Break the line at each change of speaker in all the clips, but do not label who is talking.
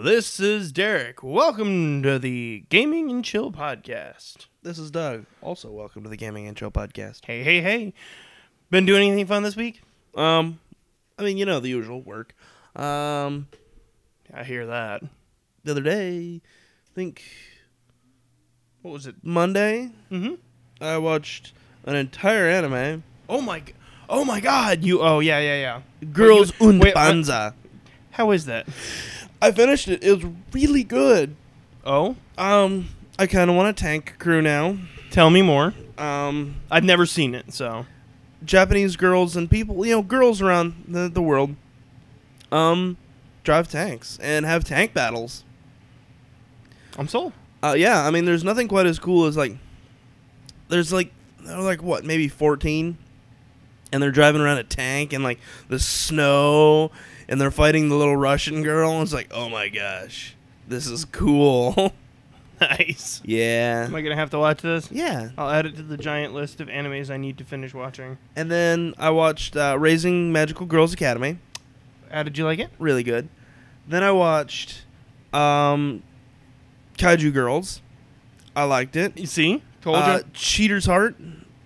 This is Derek. Welcome to the Gaming and Chill podcast.
This is Doug. Also, welcome to the Gaming and Chill podcast.
Hey, hey, hey. Been doing anything fun this week?
Um, I mean, you know the usual work. Um,
I hear that.
the other day, I think
What was it?
Monday,
Mm-hmm.
I watched an entire anime,
Oh my g- Oh my god. You Oh, yeah, yeah, yeah.
Girls
you-
und
wait, what-
Panzer.
How is that?
I finished it. It was really good.
Oh,
Um, I kind of want a tank crew now.
tell me more.
Um,
I've never seen it, so.
Japanese girls and people, you know, girls around the, the world, um, drive tanks and have tank battles.
I'm sold.
Uh, yeah, I mean, there's nothing quite as cool as like, there's like, they're like what, maybe 14, and they're driving around a tank and like the snow, and they're fighting the little Russian girl. And it's like, oh my gosh, this is cool.
nice.
yeah.
Am I going to have to watch this?
yeah.
I'll add it to the giant list of animes I need to finish watching.
And then I watched uh, Raising Magical Girls Academy.
How Uh, did you like it?
Really good. Then I watched um, Kaiju Girls. I liked it.
You see? Told
Uh,
you.
Cheater's Heart.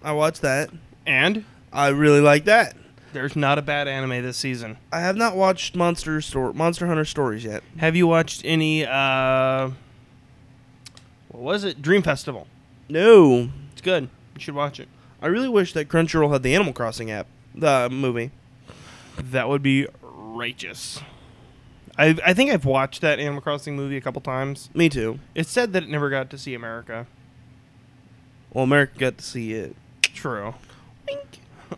I watched that.
And
I really like that.
there's not a bad anime this season.
I have not watched Monster Store Monster Hunter Stories yet.
Have you watched any? Uh, what was it? Dream Festival.
No.
It's good. You should watch it.
I really wish that Crunchyroll had the Animal Crossing app, the movie.
That would be righteous. I I think I've watched that Animal Crossing movie a couple times.
Me too.
It said that it never got to see America.
Well, America got to see it.
True. Wink.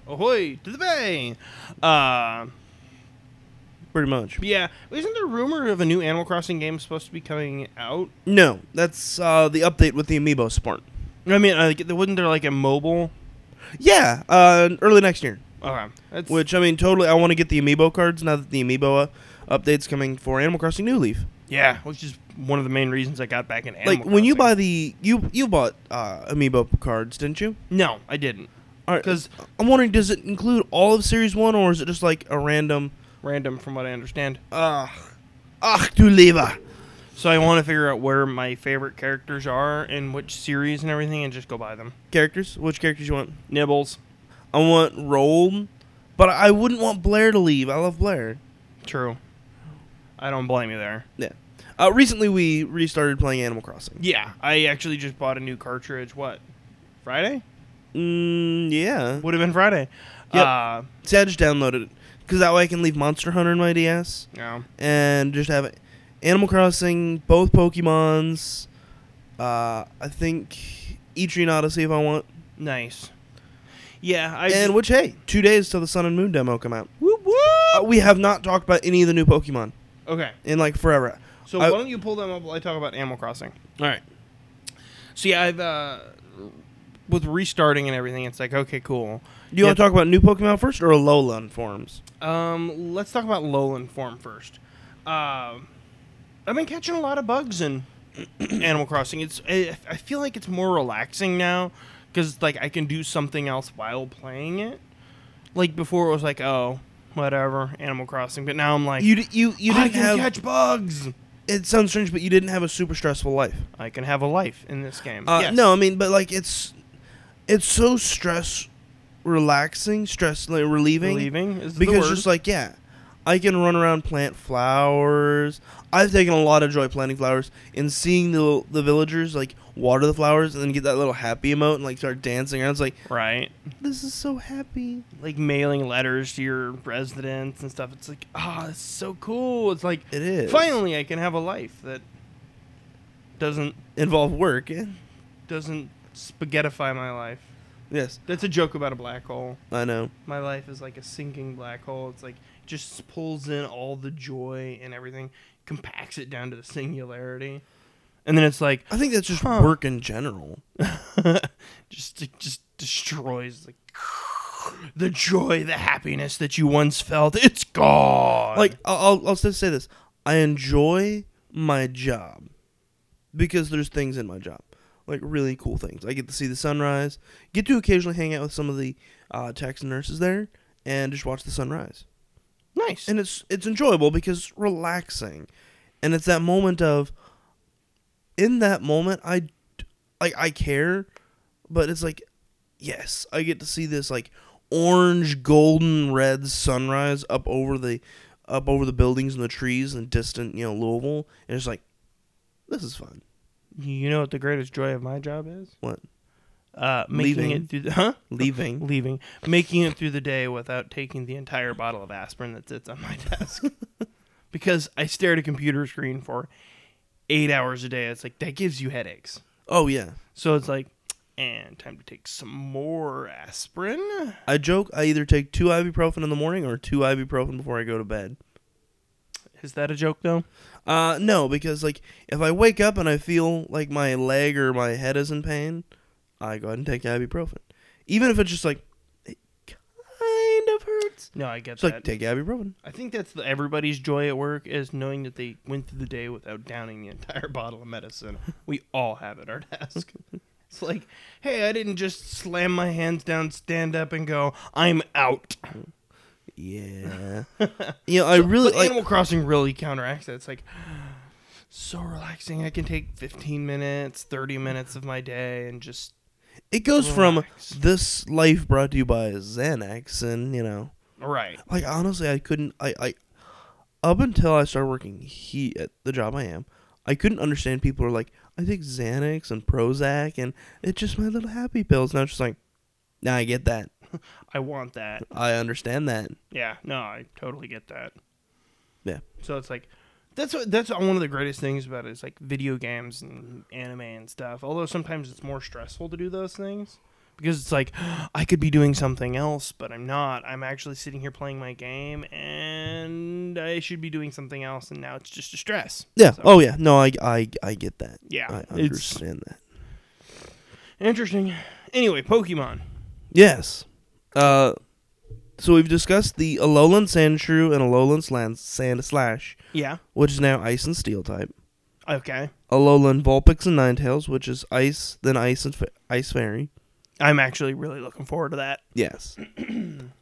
Ahoy to the bay. Uh,
Pretty much.
yeah. Isn't there rumor of a new Animal Crossing game supposed to be coming out?
No, that's uh, the update with the Amiibo support.
I mean, like, wasn't there like a mobile?
Yeah, uh, early next year.
Okay. That's,
Which I mean, totally. I want to get the Amiibo cards now that the Amiibo uh, update's coming for Animal Crossing New Leaf.
yeah, which is one of the main reasons I got back in Animal
like when you
Crossing.
buy the you you bought uh, Amiibo cards, didn't you?
No, I didn't.
All right,
'Cause-
I'm wondering, does it include all of Series One, or is it just like a random?
Random, from what I understand.
Ugh, ach du lieber.
So I want to figure out where my favorite characters are and which series and everything, and just go buy them.
Characters? Which characters you want?
Nibbles,
I want Roll, but I wouldn't want Blair to leave. I love Blair.
true. I don't blame you there.
Yeah. Uh, recently, we restarted playing Animal Crossing.
Yeah, I actually just bought a new cartridge. What? Friday?
Mm, yeah.
Would have been Friday.
Yep.
Uh,
See, I just downloaded it because that way I can leave Monster Hunter in my DS
no.
and just have Animal Crossing, both Pokemons. Uh, I think Etrian Odyssey if I want.
Nice. Yeah, I.
and which hey, two days till the Sun and Moon demo come out.
whoop, whoop.
Uh, we have not talked about any of the new Pokemon
Okay,
in like forever.
so
I-
why don't you pull them up while I talk about Animal Crossing?
All right.
So yeah, I've uh, with restarting and everything, it's like okay, cool.
Do you want to talk about new Pokemon first or Alolan forms?
Um, let's talk about lowland form first. Um, I've been catching a lot of bugs in Animal Crossing. It's I, I feel like it's more relaxing now because like I can do something else while playing it. Like before, it was like oh whatever Animal Crossing, but now I'm like
You d- you you
I
didn't
can
have.
catch bugs.
It sounds strange, but you didn't have a super stressful life.
I can have a life in this game.
Uh,
Yes.
No, I mean, but like it's it's so stress relaxing, stress like, relieving,
relieving is the
because
word.
just like yeah, I can run around plant flowers. I've taken a lot of joy planting flowers and seeing the the villagers like water the flowers and then get that little happy emote and like start dancing around. It's like
right.
this is so happy.
Like mailing letters to your residents and stuff. It's like, ah, it's so cool. It's like
It is
finally I can have a life that doesn't
involve work. eh?
doesn't spaghettify my life.
Yes,
That's a joke about a black hole.
I know.
My life is like a sinking black hole. It's like just pulls in all the joy and everything, compacts it down to the singularity. And then it's like
I think that's just
Huh.
work in general.
just it just destroys like the joy, the happiness that you once felt. It's gone.
Like I- I'll I'll just say this: I enjoy my job because there's things in my job, like really cool things. I get to see the sunrise, get to occasionally hang out with some of the uh, tax nurses there, and just watch the sunrise.
nice.
And it's it's enjoyable because relaxing. and it's that moment of in that moment i d- like i care but it's like yes i get to see this like orange golden red sunrise up over the up over the buildings and the trees and distant you know louisville and it's like this is fun
You know what the greatest joy of my job is?
What?
Uh, making
Leaving.
it through the, huh?
leaving
Leaving, making it through the day without taking the entire bottle of aspirin that sits on my desk, because I stare at a computer screen for eight hours a day. It's like that gives you headaches.
oh yeah
So it's like, and time to take some more aspirin.
i joke i either take two ibuprofen in the morning or two ibuprofen before i go to bed
Is that a joke though?
Uh, no, because like if I wake up and I feel like my leg or my head is in pain, I go ahead and take ibuprofen, even if it's just like it kind of hurts.
No, I get
It's
that.
like take ibuprofen.
I think that's the, everybody's joy at work is knowing that they went through the day without downing the entire bottle of medicine. We all have at our desk. It's like, hey, I didn't just slam my hands down, stand up, and go, I'm out.
Yeah, you know I really
But
like.
Animal Crossing really counteracts that. It's like, so relaxing. I can take 15 minutes, 30 minutes of my day and just.
it goes from
Relax.
this life brought to you by Xanax, and you know,
Right.
like honestly, I couldn't. I I up until I started working he at the job I am, I couldn't understand people who are like, I take Xanax and Prozac, and it's just my little happy pills. Now it's just like, now I get that.
I want that.
I understand that.
Yeah, no, I totally get that.
Yeah.
So it's like that's what that's one of the greatest things about it is like video games and anime and stuff. Although sometimes it's more stressful to do those things because it's like I could be doing something else, but I'm not. I'm actually sitting here playing my game and I should be doing something else and now it's just a stress.
Yeah.
So-
Oh yeah. No, I I I get that.
Yeah.
I
it's
understand that.
interesting. Anyway, Pokemon.
Yes. Uh, so we've discussed the Alolan Sandshrew and Alolan Slan- Sand Slash,
Yeah.
which is now Ice and Steel type.
Okay.
Alolan Vulpix and Ninetales, which is Ice, then Ice and fa- Ice Fairy.
I'm actually really looking forward to that.
Yes.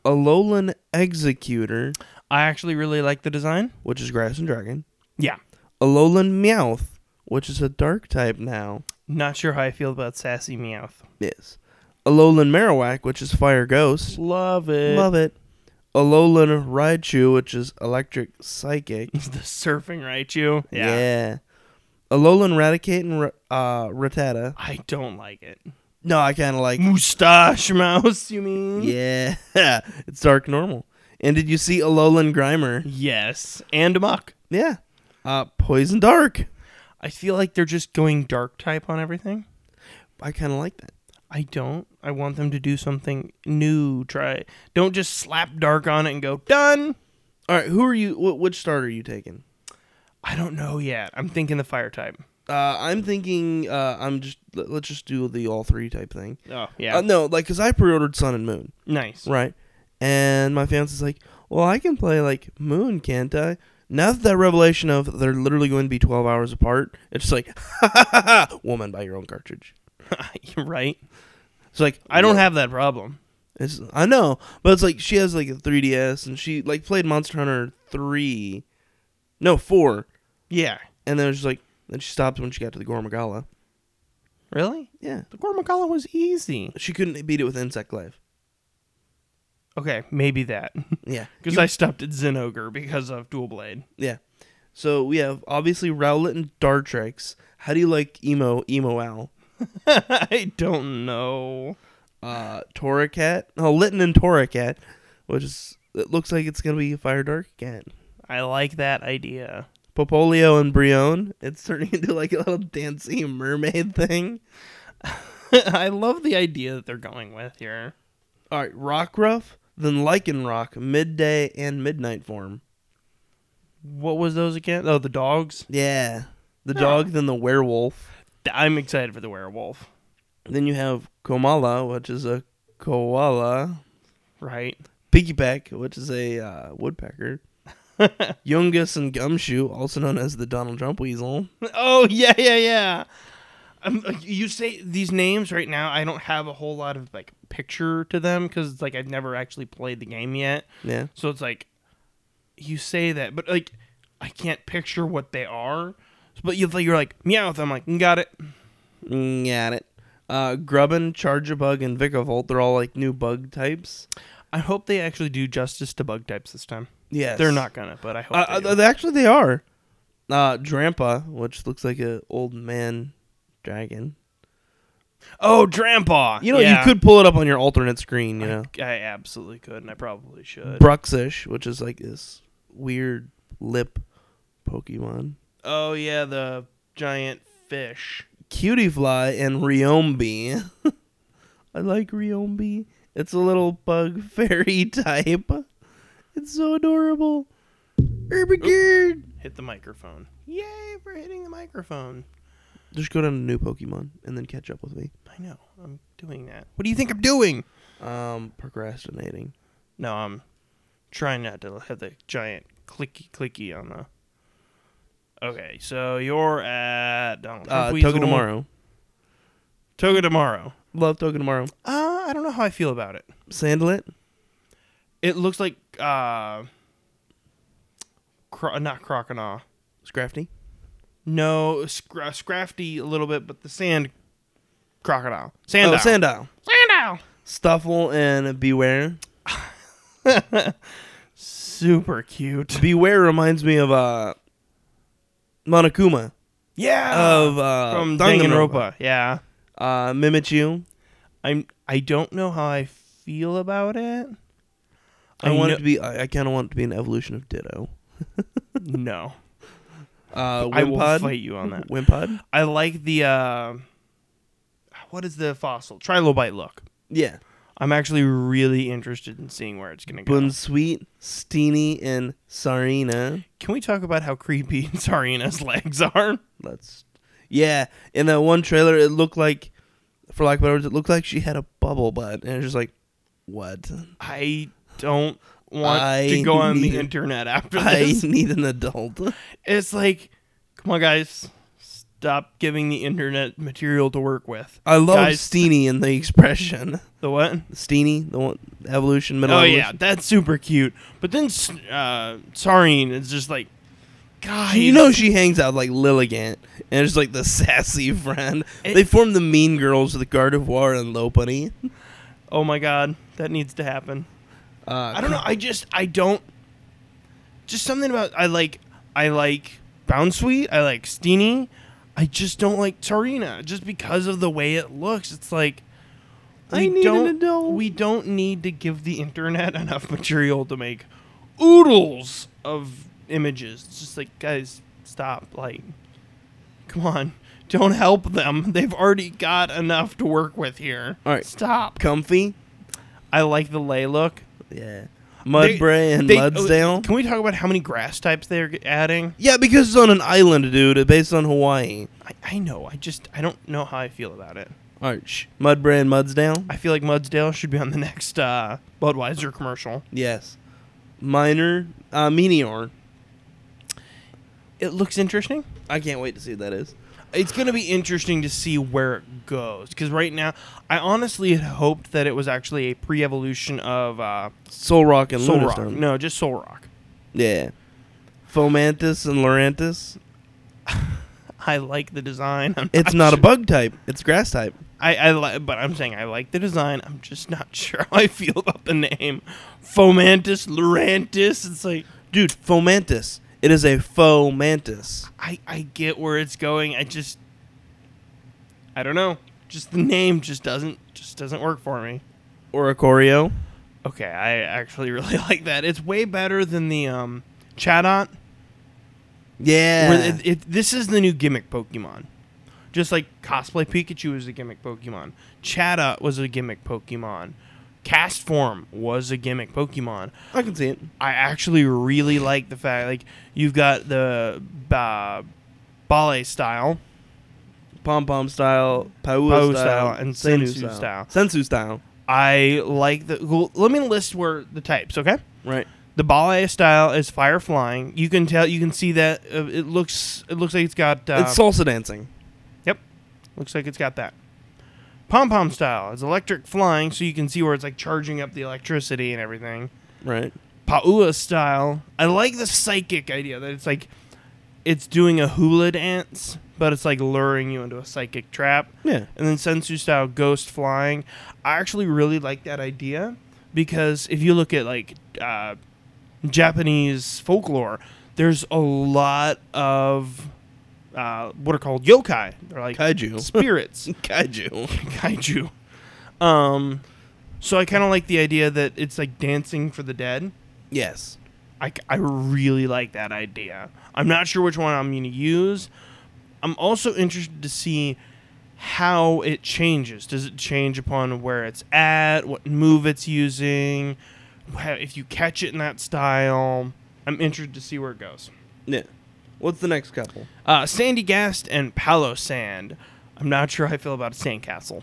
Alolan Executor,
I actually really like the design.
which is Grass and Dragon.
Yeah.
Alolan Meowth, which is a Dark type now.
Not sure how I feel about Sassy Meowth.
Yes. Alolan Marowak, which is Fire Ghost.
Love it.
Love it. Alolan Raichu, which is Electric Psychic.
the surfing Raichu.
Alolan Raticate and Ra- uh, Rattata.
I don't like it.
No, I kind of
Mm.
like.
Mustache Mouse, you mean?
Yeah. it's Dark Normal. And did you see Alolan Grimer?
Mm. Yes. And Muck.
Yeah. Uh, Poison Dark.
I feel like they're just going dark type on everything.
I kind of like that.
I don't. I want them to do something new. Try. Don't just slap dark on it and go, done.
All right, who are you? Wh- which starter are you taking?
I don't know yet. I'm thinking the fire type.
Uh, I'm thinking. Uh, I'm just. let- Let's just do the all three type thing.
Oh, yeah.
Uh, no, like, cause I pre-ordered Sun and Moon.
nice.
Right. And my fiance's like, well, I can play like Moon, can't I? Now that that revelation of they're literally going to be 12 hours apart, it's just like, ha ha ha ha, woman, buy your own cartridge.
You're right.
It's like,
I don't have that problem.
It's, I know, but it's like she has like a 3DS and she like played Monster Hunter 3, no, 4,
Yeah.
and then it was just like, then she stopped when she got to the Gormagala.
Really?
Yeah.
The Gormagala was easy.
She couldn't beat it with Insect Life.
Okay, maybe that.
Yeah.
Because I stopped at Zinogre because of Dual Blade.
So we have obviously Rowlet and Dartrex. How do you like Emo, Emo Owl?
I don't know.
uh Toracat. Oh, Litton and Toracat, which is it looks like it's gonna be Fire Dark Cat.
I like that idea.
Popolio and Brion. It's turning into like a little dancing mermaid thing.
I love the idea that they're going with here.
All right, Rockruff, then Lycanroc, midday and midnight form.
What was those again? Oh, the dogs.
Yeah, the dog, then the werewolf.
Th- I'm excited for the werewolf.
Then you have Komala, which is a koala.
Right?
Piggyback, which is a uh, woodpecker. Yungus and Gumshoe, also known as the Donald Trump weasel.
oh yeah, yeah, yeah. Um, you say these names right now. I don't have a whole lot of like picture to them because it's like I've never actually played the game yet.
Yeah.
So it's like you say that, but like I can't picture what they are. But you you're like meowth. I'm like got it.
Mm, Got it. Uh, Grubbin, Chargebug, and Vicavolt, they're all like new bug types.
I hope they actually do justice to bug types this time.
Yes.
They're not gonna, but I hope.
Uh,
they
uh,
do.
they- actually, they are. Uh, Drampa, which looks like a old man dragon.
oh, Drampa.
You know,
Yeah.
you could pull it up on your alternate screen, you know.
I, I absolutely could, and I probably should.
Bruxish, which is like this weird lip Pokemon.
oh yeah, the giant fish.
Cutiefly and Riombi. I like Riombi. It's a little bug fairy type. It's so adorable. Herbigird!
Hit the microphone. Yay for hitting the microphone.
Just go down to new Pokemon and then catch up with me.
I know. I'm doing that. What do you think I'm doing?
Um, procrastinating.
No, I'm trying not to have the giant clicky clicky on the. Okay, so you're at Donald
Uh,
Trump Weasel.
Toga tomorrow.
Toga tomorrow.
Love Toga tomorrow.
Uh, I don't know how I feel about it.
Sandlet.
It looks like uh, cro- not Croconaw.
Scrafty.
No, scra- Scrafty a little bit, but the sand crocodile. Sand.
Oh, Sandile.
Sandow.
Stuffle and Beware.
Super cute.
Beware reminds me of uh, Monokuma.
Yeah.
Of uh,
Ah, from
Danganronpa.
Danganronpa. Yeah.
Uh, Mimikyu.
I'm. I don't know how I feel about it.
I,
I
want
kno-
it to be. I, I kind of want it to be an evolution of Ditto.
No,
Uh, Wimpod.
I will fight you on that.
Wimpod.
I like the. Uh, what is the fossil trilobite look?
Yeah.
I'm actually really interested in seeing where it's gonna go.
Bunsweet, Steenie, and Sarina.
Can we talk about how creepy Sarina's legs are?
Let's. Yeah. In that one trailer, it looked like, for lack of better words, it looked like she had a bubble butt, and it's just like, what?
I don't want
I
to go on
need-
the internet after
I
this.
need an adult.
It's like, come on, guys, stop giving the internet material to work with.
I love
Guys-
Steenie and the expression.
The what?
Steenie, the one evolution, middle.
oh yeah,
evolution.
that's super cute. But then s- uh, Sarine is just like, God,
You know she hangs out with, like Lilligant, and it's like the sassy friend.
It-
they form the Mean Girls with Gardevoir and Lopunny.
oh my God, that needs to happen.
Uh,
I don't know. I just I don't. Just something about I like I like Bounceweet. I like Steenie. I just don't like Tarina just because of the way it looks. It's like
I need an
don't
adult.
we don't need to give the internet enough material to make oodles of images. It's just like guys, stop. Like, come on. Don't help them. They've already got enough to work with here.
All right.
Stop.
Comfy,
I like the lay look.
yeah.
They-
Mudbray and
they- uh, oh,
Mudsdale.
Can we talk about how many grass types they're g- adding?
yeah, because it's on an island, dude. It's based on Hawaii.
I, I know. I just I don't know how I feel about it.
All right, shh. Mudbray and Mudsdale.
I feel like Mudsdale should be on the next uh, Budweiser commercial.
yes. Minor uh, Meteor.
It looks interesting.
I can't wait to see what that is.
It's going to be interesting to see where it goes because right now I honestly had hoped that it was actually a pre-evolution of uh,
Soul Rock and
Solrock.
Lunastone.
No, just Solrock.
Yeah. Fomantis and Lorantis.
I like the design. I'm
It's not a
sure-
bug type. It's grass type.
I, I li- but I'm saying I like the design. I'm just not sure how I feel about the name. Fomantis, Lurantis. It's like
Dude, Fomantis. It is a faux mantis.
I, I get where it's going. I just I don't know. Just the name just doesn't just doesn't work for me.
Or a Corio.
Okay, I actually really like that. It's way better than the um Chadot.
Yeah.
Where it, it, this is the new gimmick Pokemon. Just like cosplay Pikachu is a gimmick Pokemon. Chadot was a gimmick Pokemon. Cast form was a gimmick Pokemon.
I can see it.
I actually really like the fact like you've got the uh, ballet style,
Pom pom style, Paua
Paua style,
style,
and
Sensu
Sensu style.
Sensu style.
I like the. Well, let me list where the types. Okay,
Right.
the ballet style is fire flying. You can tell. You can see that uh, it looks. It looks like it's got. Uh,
it's salsa dancing.
Yep, looks like it's got that. Pom pom style is electric flying, so you can see where it's like charging up the electricity and everything.
Right.
Paua style. I like the psychic idea that it's like it's doing a hula dance, but it's like luring you into a psychic trap.
Yeah.
And then sensu style ghost flying. I actually really like that idea because if you look at like uh, Japanese folklore, there's a lot of uh, what are called yokai. They're like
Kaiju.
spirits
Kaiju.
kaiju. Um, so I kind of like the idea that it's like dancing for the dead.
Yes.
I, I really like that idea. I'm not sure which one I'm going to use. I'm also interested to see how it changes. Does it change upon where it's at, what move it's using, wha- if you catch it in that style? I'm interested to see where it goes.
Yeah. What's the next couple?
Uh, Sandy Gast and Palo Sand. I'm not sure how I feel about Sandcastle.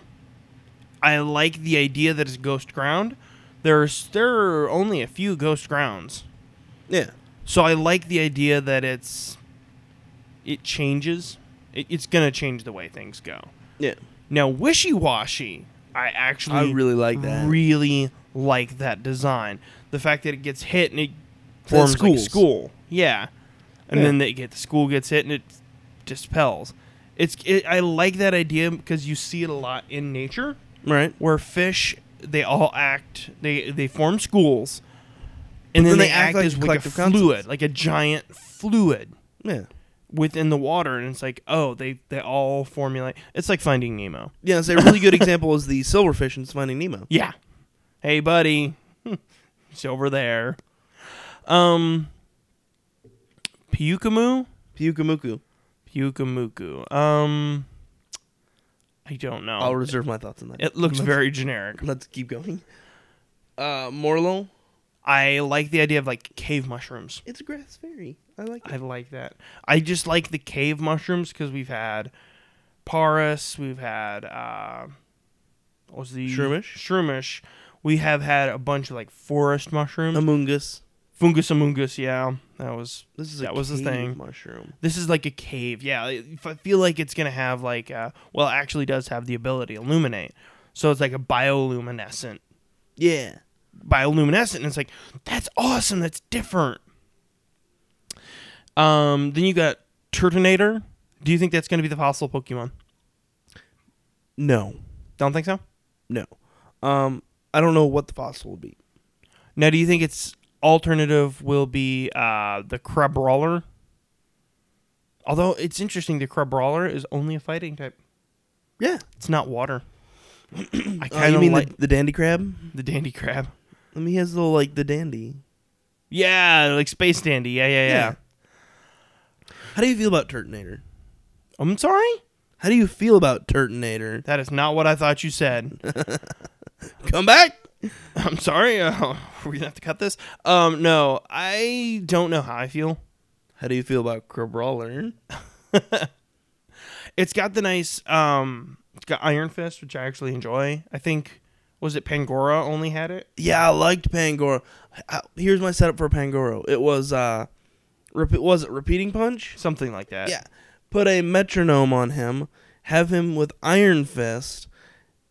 I like the idea that it's ghost ground. There's there are only a few ghost grounds,
Yeah.
so I like the idea that it's it changes. It, it's gonna change the way things go.
Yeah.
Now, wishy washy. I actually
I really like that.
Really like that design. The fact that it gets hit and it forms like
schools.
school. Yeah, and
Yeah.
then they get the school gets hit and it dispels. It's it, I like that idea because you see it a lot in nature
Right.
where fish they all act they they form schools and
But
then,
then
they,
they act
act
like
as like a
collective
fluid,
conscience.
like a giant fluid
Yeah.
within the water and it's like oh they they all formulate it's like finding nemo
Yeah, it's a really good example is the silverfish in Finding Nemo.
Yeah. Hey, buddy. it's over there. Um, Pyukamu?
Pyukamuku.
Pyukamuku. Um, I don't know.
I'll reserve my thoughts on that.
Oh, it looks
Let's-
very generic.
Let's keep going. Uh, Morlo.
I like the idea of like cave mushrooms.
It's a grass fairy. I like it.
I like that. I just like the cave mushrooms because we've had Paris, we've had uh, what was the
Shroomish?
Shroomish. We have had a bunch of like forest mushrooms.
Among Us.
fungus amungus. Yeah, that was
This is a
That was the
cave
thing.
Mushroom.
this is like a cave. Yeah, I I feel like it's gonna have like, uh, well, it actually does have the ability to illuminate. So it's like a bioluminescent,
Yeah.
bioluminescent. And it's like that's awesome. That's different. Um, then you got Turtonator. Do you think that's gonna be the fossil Pokemon?
No.
Don't think so.
No. Um, I don't know what the fossil will be.
Now, do you think its alternative will be uh, the Crabrawler? Although it's interesting, the Crabrawler is only a fighting type.
Yeah.
It's not water. I
Uh,
kind
you
of
mean
like
the, the dandy crab?
the dandy crab.
I mean, he has the little, like, the dandy.
Yeah, like Space Dandy. Yeah, yeah, yeah.
How do you feel about Turtonator?
I'm sorry?
How do you feel about Turtonator?
That is not what I thought you said.
Come back!
I'm sorry. Uh, we're going to have to cut this. Um, no, I don't know how I feel.
How do you feel about Crabrawler?
It's got the nice, um, it's got Iron Fist, which I actually enjoy. I think, was it Pangora only had it?
Yeah, I liked Pangoro. I- Here's my setup for Pangoro. It was, uh, rep- was it repeating punch?
Something like that.
Yeah. Put a metronome on him, have him with Iron Fist,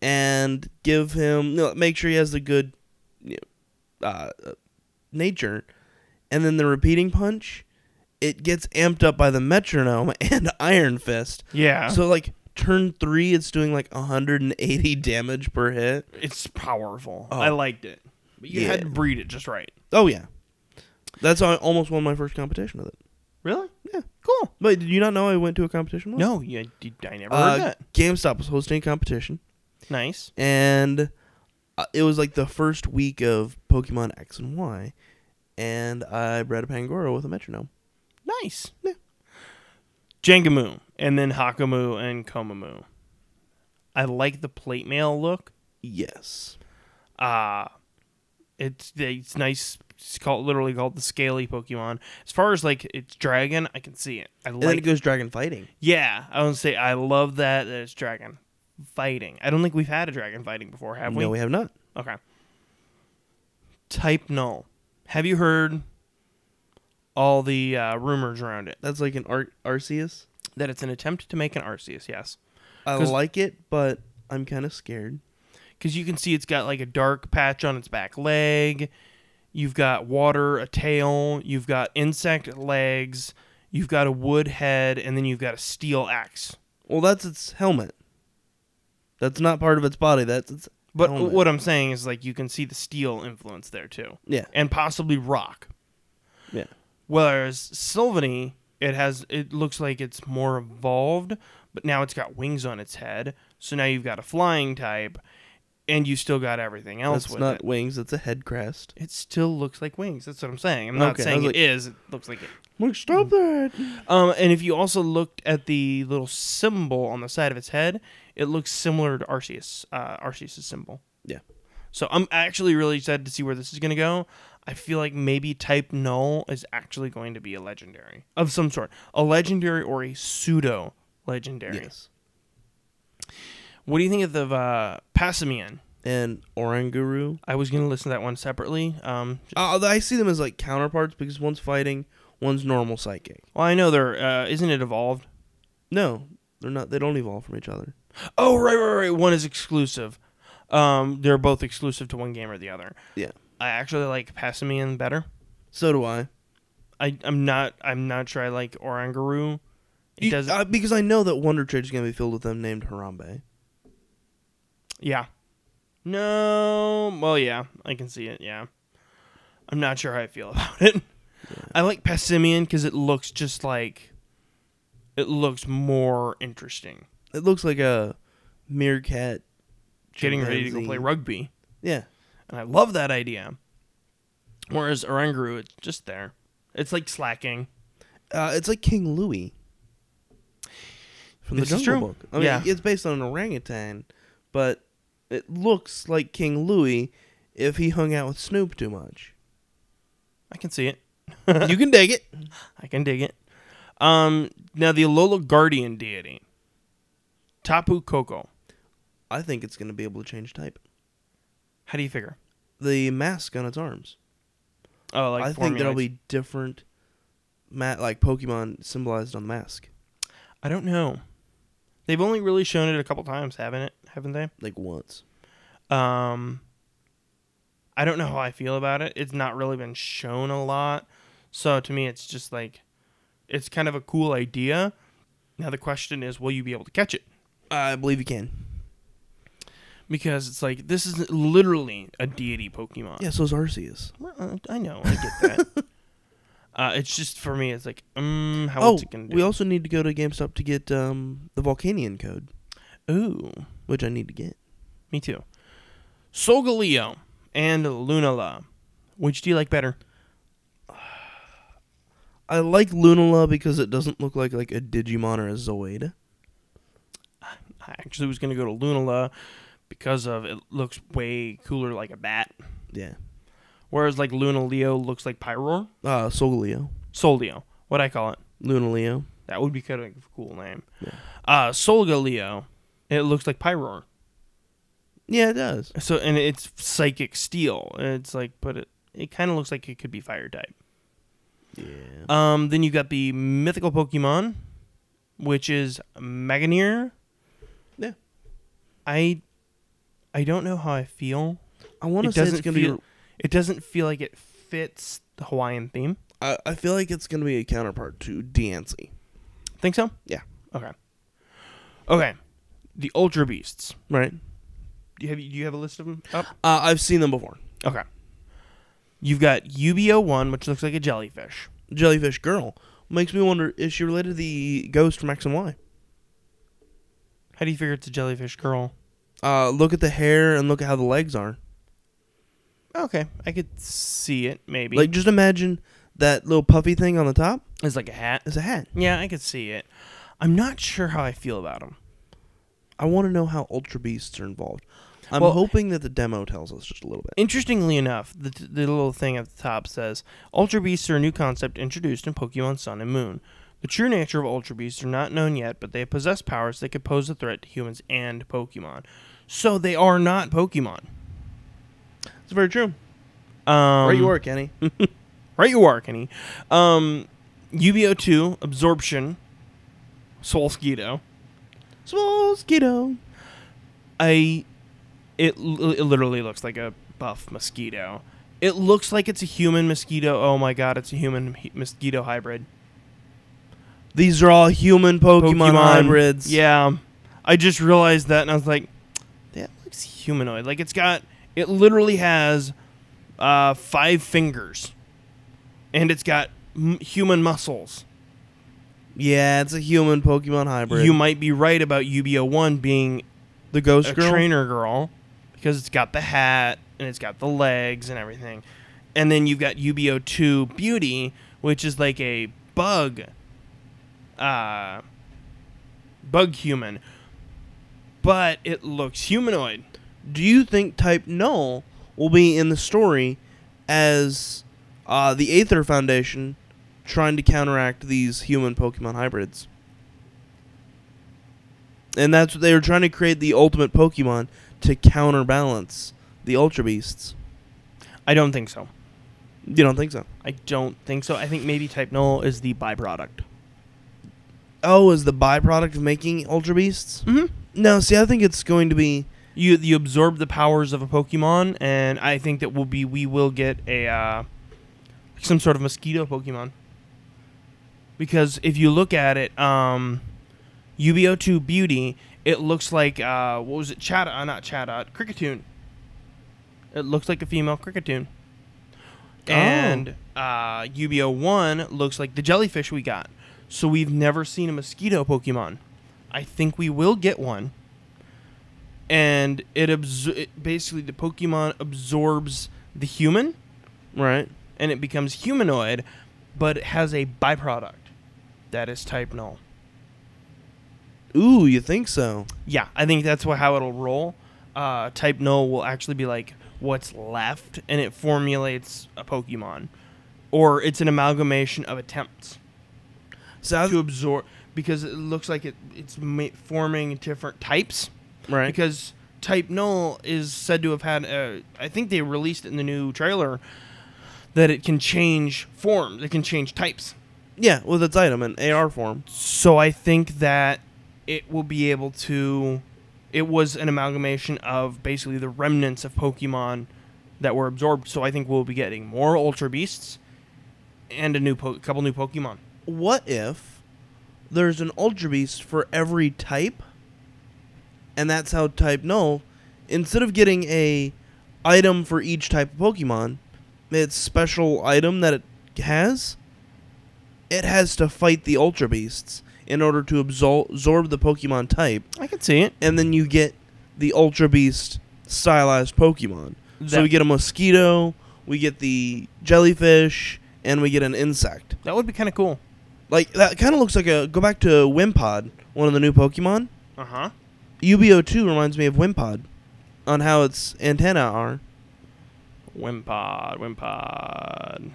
and give him, you know, make sure he has the good you know, uh, nature. And then the repeating punch, it gets amped up by the metronome and Iron Fist.
Yeah. So
So, like, turn three, it's doing like 180 damage per hit.
it's powerful.
Oh.
I liked it. But you
Yeah.
had to breed it just right.
Oh, yeah. That's how I almost won my first competition with it.
Really?
Yeah.
Cool.
Wait, did you not know I went to a competition once?
No, you, I never heard
Uh,
that.
GameStop was hosting a competition.
Nice.
and uh, it was like the first week of Pokemon X and Y, and I bred a Pangoro with a metronome.
Nice. Jengamu, and then Hakamu and Komamu. I like the plate mail look.
Yes.
Uh it's it's nice. It's called literally called the scaly Pokemon. As far as like its dragon, I can see it. I
And then it
like.
goes dragon fighting.
yeah, I would say I love that that it's dragon fighting. I don't think we've had a dragon fighting before, have we?
No, we have not.
Okay. Type null. Have you heard all the uh, rumors around it?
That's like an Ar- Arceus.
That it's an attempt to make an Arceus. Yes.
I
'Cause-
like it, but I'm kind of scared.
because you can see it's got like a dark patch on its back leg. You've got water, a tail. You've got insect legs. You've got a wood head, and then you've got a steel axe.
Well, that's its helmet. That's not part of its body. That's its.
But
helmet.
what I'm saying is, like, you can see the steel influence there too,
Yeah,
and possibly rock.
yeah.
Whereas Sylvany, it has it looks like it's more evolved, but now it's got wings on its head. So now you've got a flying type, and you still got everything else
That's
with
not
it.
wings. That's a head crest.
It still looks like wings. That's what I'm saying. I'm not
Okay, I
saying
was like-
it is. It looks like it.
Like stop that.
Um, and if you also looked at the little symbol on the side of its head, it looks similar to Arceus, uh, Arceus' symbol.
Yeah.
So I'm actually really excited to see where this is going to go. I feel like maybe Type Null is actually going to be a legendary of some sort, a legendary or a pseudo legendary.
Yes.
What do you think of the uh, Passimian?
And Oranguru.
I was going to listen to that one separately. Um,
Uh, I see them as like counterparts because one's fighting, one's normal psychic.
well, I know they're uh, isn't it evolved?
No, they're not. They don't evolve from each other.
Oh, right, right, right. One is exclusive. Um, they're both exclusive to one game or the other.
Yeah.
I actually like Passimian better.
So do I.
I, I'm not. I'm not sure. I like Oranguru. It
You-
doesn't.
uh, because I know that Wonder Trade's gonna be filled with them named Harambe.
yeah. No. Well, yeah. I can see it. Yeah. I'm not sure how I feel about it. I like Passimian because it looks just like. It looks more interesting.
It looks like a meerkat.
Getting ready to go
chimpanzee.
play rugby,
Yeah,
and I love that idea. Whereas Oranguru, it's just there. It's like slacking.
uh, it's like King Louie from
This
the
is
Jungle
true.
Book. I mean,
Yeah.
it's based on an orangutan, but it looks like King Louie if he hung out with Snoop too much.
I can see it.
you can dig it.
I can dig it. Um, now the Alola Guardian deity, Tapu Koko.
I think it's gonna be able to change type.
How do you figure?
The mask on its arms.
Oh, like
I think there'll be different, ma- like Pokemon symbolized on the mask,
I don't know. They've only really shown it a couple times, haven't it? Haven't they?
like once.
Um, I don't know how I feel about it. It's not really been shown a lot, so to me, it's just like, it's kind of a cool idea. Now the question is, will you be able to catch it?
I believe you can.
Because it's like this is literally a deity Pokemon.
Yeah, so is Arceus.
Well, uh, I know, I get that. uh, it's just for me, it's like, um, how
oh,
else it can
we
do?
also need to go to GameStop to get um, the Volcanion code,
Ooh,
which I need to get.
me too. Solgaleo and Lunala, which do you like better?
I like Lunala because it doesn't look like like a Digimon or a Zoid.
I actually was gonna go to Lunala because of it looks way cooler like a bat,
Yeah.
whereas like Lunaleo looks like Pyroar.
Uh, Solgaleo.
Solio, what I call it.
Lunaleo.
That would be kind of a cool name.
Yeah.
Uh, Solgaleo, it looks like Pyroar.
Yeah, it does.
So and it's psychic steel. It's like, but it it kind of looks like it could be fire type.
Yeah.
Um, then you got the mythical Pokemon, which is Maganier.
Yeah.
I I don't know how I feel.
I want to
it
say it's
doesn't
gonna
feel-
be.
It doesn't feel like it fits the Hawaiian theme.
I, I feel like it's gonna be a counterpart to Diancie.
Think so?
Yeah.
Okay. Okay. The Ultra Beasts.
Right.
Do you have do you have a list of them up?
Uh, I've seen them before.
Okay. You've got UBO one, which looks like a jellyfish.
jellyfish girl makes me wonder is she related to the ghost from X and Y?
How do you figure it's a jellyfish girl?
Uh, look at the hair and look at how the legs are.
Okay, I could see it maybe.
Like just imagine that little puffy thing on the top
it's like a hat.
is a hat.
Yeah, I could see it. I'm not sure how I feel about them.
I want to know how Ultra Beasts are involved. I'm
Well-
hoping that the demo tells us just a little bit.
Interestingly enough, the, the little thing at the top says Ultra Beasts are a new concept introduced in Pokemon Sun and Moon. The true nature of Ultra Beasts are not known yet, but they possess powers that could pose a threat to humans and Pokemon. So they are not Pokemon.
It's very true.
Um,
Where you are, Kenny?
Right you are, Kenny. Um, UBO2, Absorption, Solskito.
Mosquito.
I it, l- it literally looks like a buff mosquito It looks like it's a human mosquito. Oh my god, it's a human he- mosquito hybrid.
These are all human Pokemon, hybrids.
Yeah. I just realized that and I was like, that looks humanoid. Like it's got it literally has uh, five fingers. And it's got m- human muscles.
Yeah, it's a human Pokemon hybrid.
You might be right about UBO1 being
the ghost
a
girl.
trainer girl because it's got the hat and it's got the legs and everything. And then you've got UBO2 Beauty, which is like a bug uh bug human. But it looks humanoid.
Do you think Type Null will be in the story as uh, the Aether Foundation trying to counteract these human Pokemon hybrids? And that's what they were trying to create the ultimate Pokemon to counterbalance the Ultra Beasts.
I don't think so.
You don't think so?
I don't think so. I think maybe type null is the byproduct.
Oh, is the byproduct of making Ultra Beasts?
Mm-hmm.
No, Mm. see, I think it's going to be
You you absorb the powers of a Pokemon, and I think that will be we will get a uh, some sort of mosquito Pokemon. Because if you look at it, um, UBO2 Beauty, it looks like uh, what was it? Chatot, uh, not Chatot, Cricketune. It looks like a female Cricketune.
Oh.
And uh, UBO1 looks like the jellyfish we got. So we've never seen a mosquito Pokemon. I think we will get one. And it, absor- it basically the Pokemon absorbs the human
right.
and it becomes humanoid, but it has a byproduct that is type null.
Ooh, you think so?
Yeah, I think that's what, how it'll roll. Uh, type null will actually be like what's left, and it formulates a Pokemon, or it's an amalgamation of attempts
So I-
to absorb because it looks like it, it's ma- forming different types.
right.
because Type Null is said to have had. Uh, I think they released it in the new trailer that it can change forms. It can change types.
yeah, with its item in AR form.
So I think that it will be able to. It was an amalgamation of basically the remnants of Pokemon that were absorbed. So I think we'll be getting more Ultra Beasts and a new po- couple new Pokemon.
what if there's an Ultra Beast for every type? And that's how type null, instead of getting a item for each type of Pokemon, its special item that it has, it has to fight the Ultra Beasts in order to absor- absorb the Pokemon type,
I can see it.
and then you get the Ultra Beast stylized Pokemon. so
That-
we get a mosquito, we get the jellyfish, and we get an insect.
That would be kind of cool.
Like that kind of looks like a go back to Wimpod, one of the new Pokemon.
Uh huh.
UBO2 reminds me of Wimpod on how its antenna are.
Wimpod, Wimpod.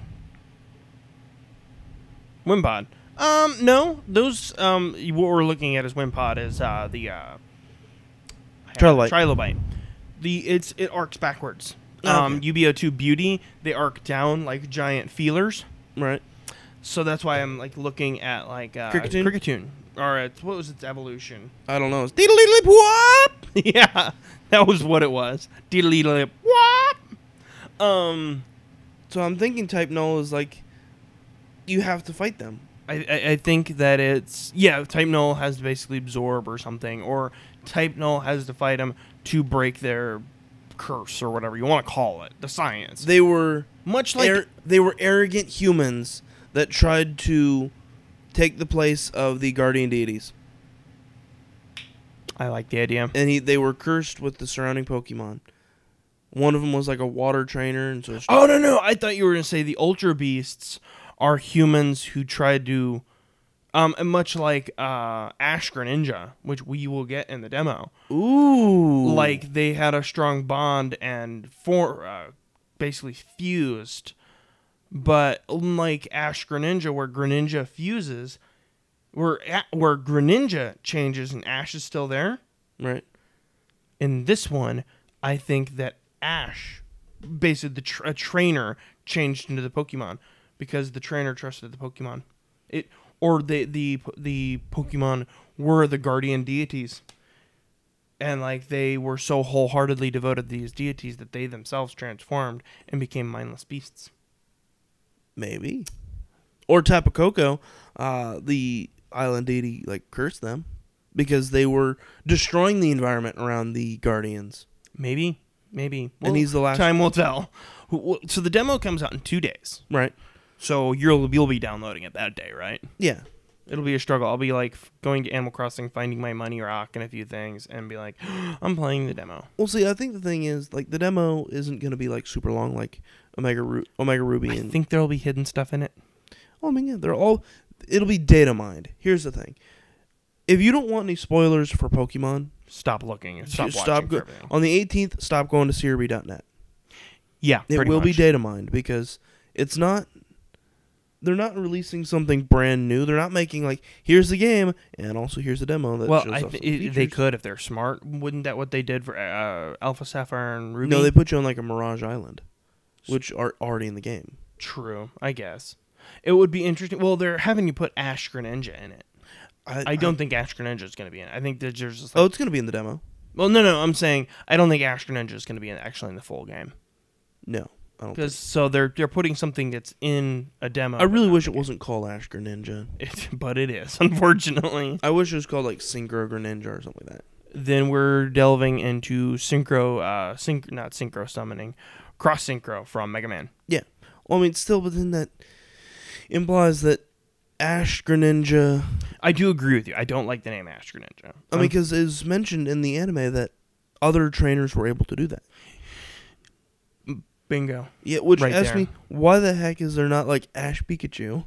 Wimpod. Um, no, those, um, what we're looking at as Wimpod is, uh, the, uh,
Trilobite. Oh,
Trilobite. The, it's, it arcs backwards. Um,
Okay.
UBO2 Beauty, they arc down like giant feelers.
Right.
So that's why I'm, like, looking at, like, uh,
Cricketune?
Cricketune. Or it's, what was its evolution?
I don't know. It's diddle-diddle-dip-wop!
yeah, that was what it was. Diddly lip. What? Um,
So I'm thinking Type Null is like, you have to fight them.
I, I, I think that it's yeah type null has to basically absorb or something or type null has to fight them to break their curse or whatever you want to call it the science
They were
much like
ar- they were arrogant humans that tried to take the place of the guardian deities,
i like the idea
and he, they were cursed with the surrounding Pokemon. One of them was like a water trainer, and so it's-
oh no no i thought you were going to say the ultra beasts are humans who try to um and much like uh ash greninja which we will get in the demo
ooh,
Oh, like they had a strong bond and for uh, basically fused but unlike ash greninja where greninja fuses where A- where greninja changes and ash is still there
right.
in this one i think that ash basically the tr a trainer changed into the pokemon because the trainer trusted the pokemon it or the the the pokemon were the guardian deities and like they were so wholeheartedly devoted to these deities that they themselves transformed and became mindless beasts.
Maybe. Or Tapacoco, uh, the island deity, like cursed them because they were destroying the environment around the guardians.
Maybe, maybe.
And he's the last-
Time will tell. Wh- wh- So the demo comes out in two days.
Right.
So you'll you'll be downloading it that day, right?
Yeah.
It'll be a struggle. I'll be like f- going to Animal Crossing, finding my money rock and a few things, and be like, I'm playing the demo.
Well, see, I think the thing is, like, the demo isn't going to be like super long, like Omega Ru- Omega Ruby
I
and
think there'll be hidden stuff in it.
Oh, I mean, yeah, they're all. It'll be data mined. Here's the thing: if you don't want any spoilers for Pokemon,
Stop looking.
just
Stop watching.
stop
for
go-
everything.
on the 18th. Stop going to crb.net.
yeah,
It
pretty
will be
much.
data mined because it's not. They're not releasing something brand new. They're not making like here's the game and also here's the demo that
Well,
shows
I
off
th-
some
it- they
features.
could if they're smart. Wouldn't that what they did for uh, Alpha Sapphire and Ruby?
No, they put you on like a Mirage Island, which are already in the game.
True, I guess. It would be interesting. Well, they're having you put Ash Greninja in it. I don't think Ash Greninja is going to be in it. I think that there's just like,
oh, it's gonna be in the demo.
well, no, no. I'm saying I don't think Ash Greninja is going to be in actually in the full game
No, I don't. Think.
because so they're they're putting something that's in a demo.
I really wish it wasn't called Ash Greninja.
it, but it is unfortunately.
I wish it was called like Synchro Greninja or something like that.
Then we're delving into synchro, uh, synch- not synchro summoning, cross synchro from Mega Man.
Yeah. Well, I mean, still, but then that implies that Ash Greninja.
I do agree with you. I don't like the name Um, Ash Greninja.
I mean, because it was mentioned in the anime that other trainers were able to do that.
bingo.
Yeah, which
Right
asks
there.
me, why the heck is there not like Ash Pikachu?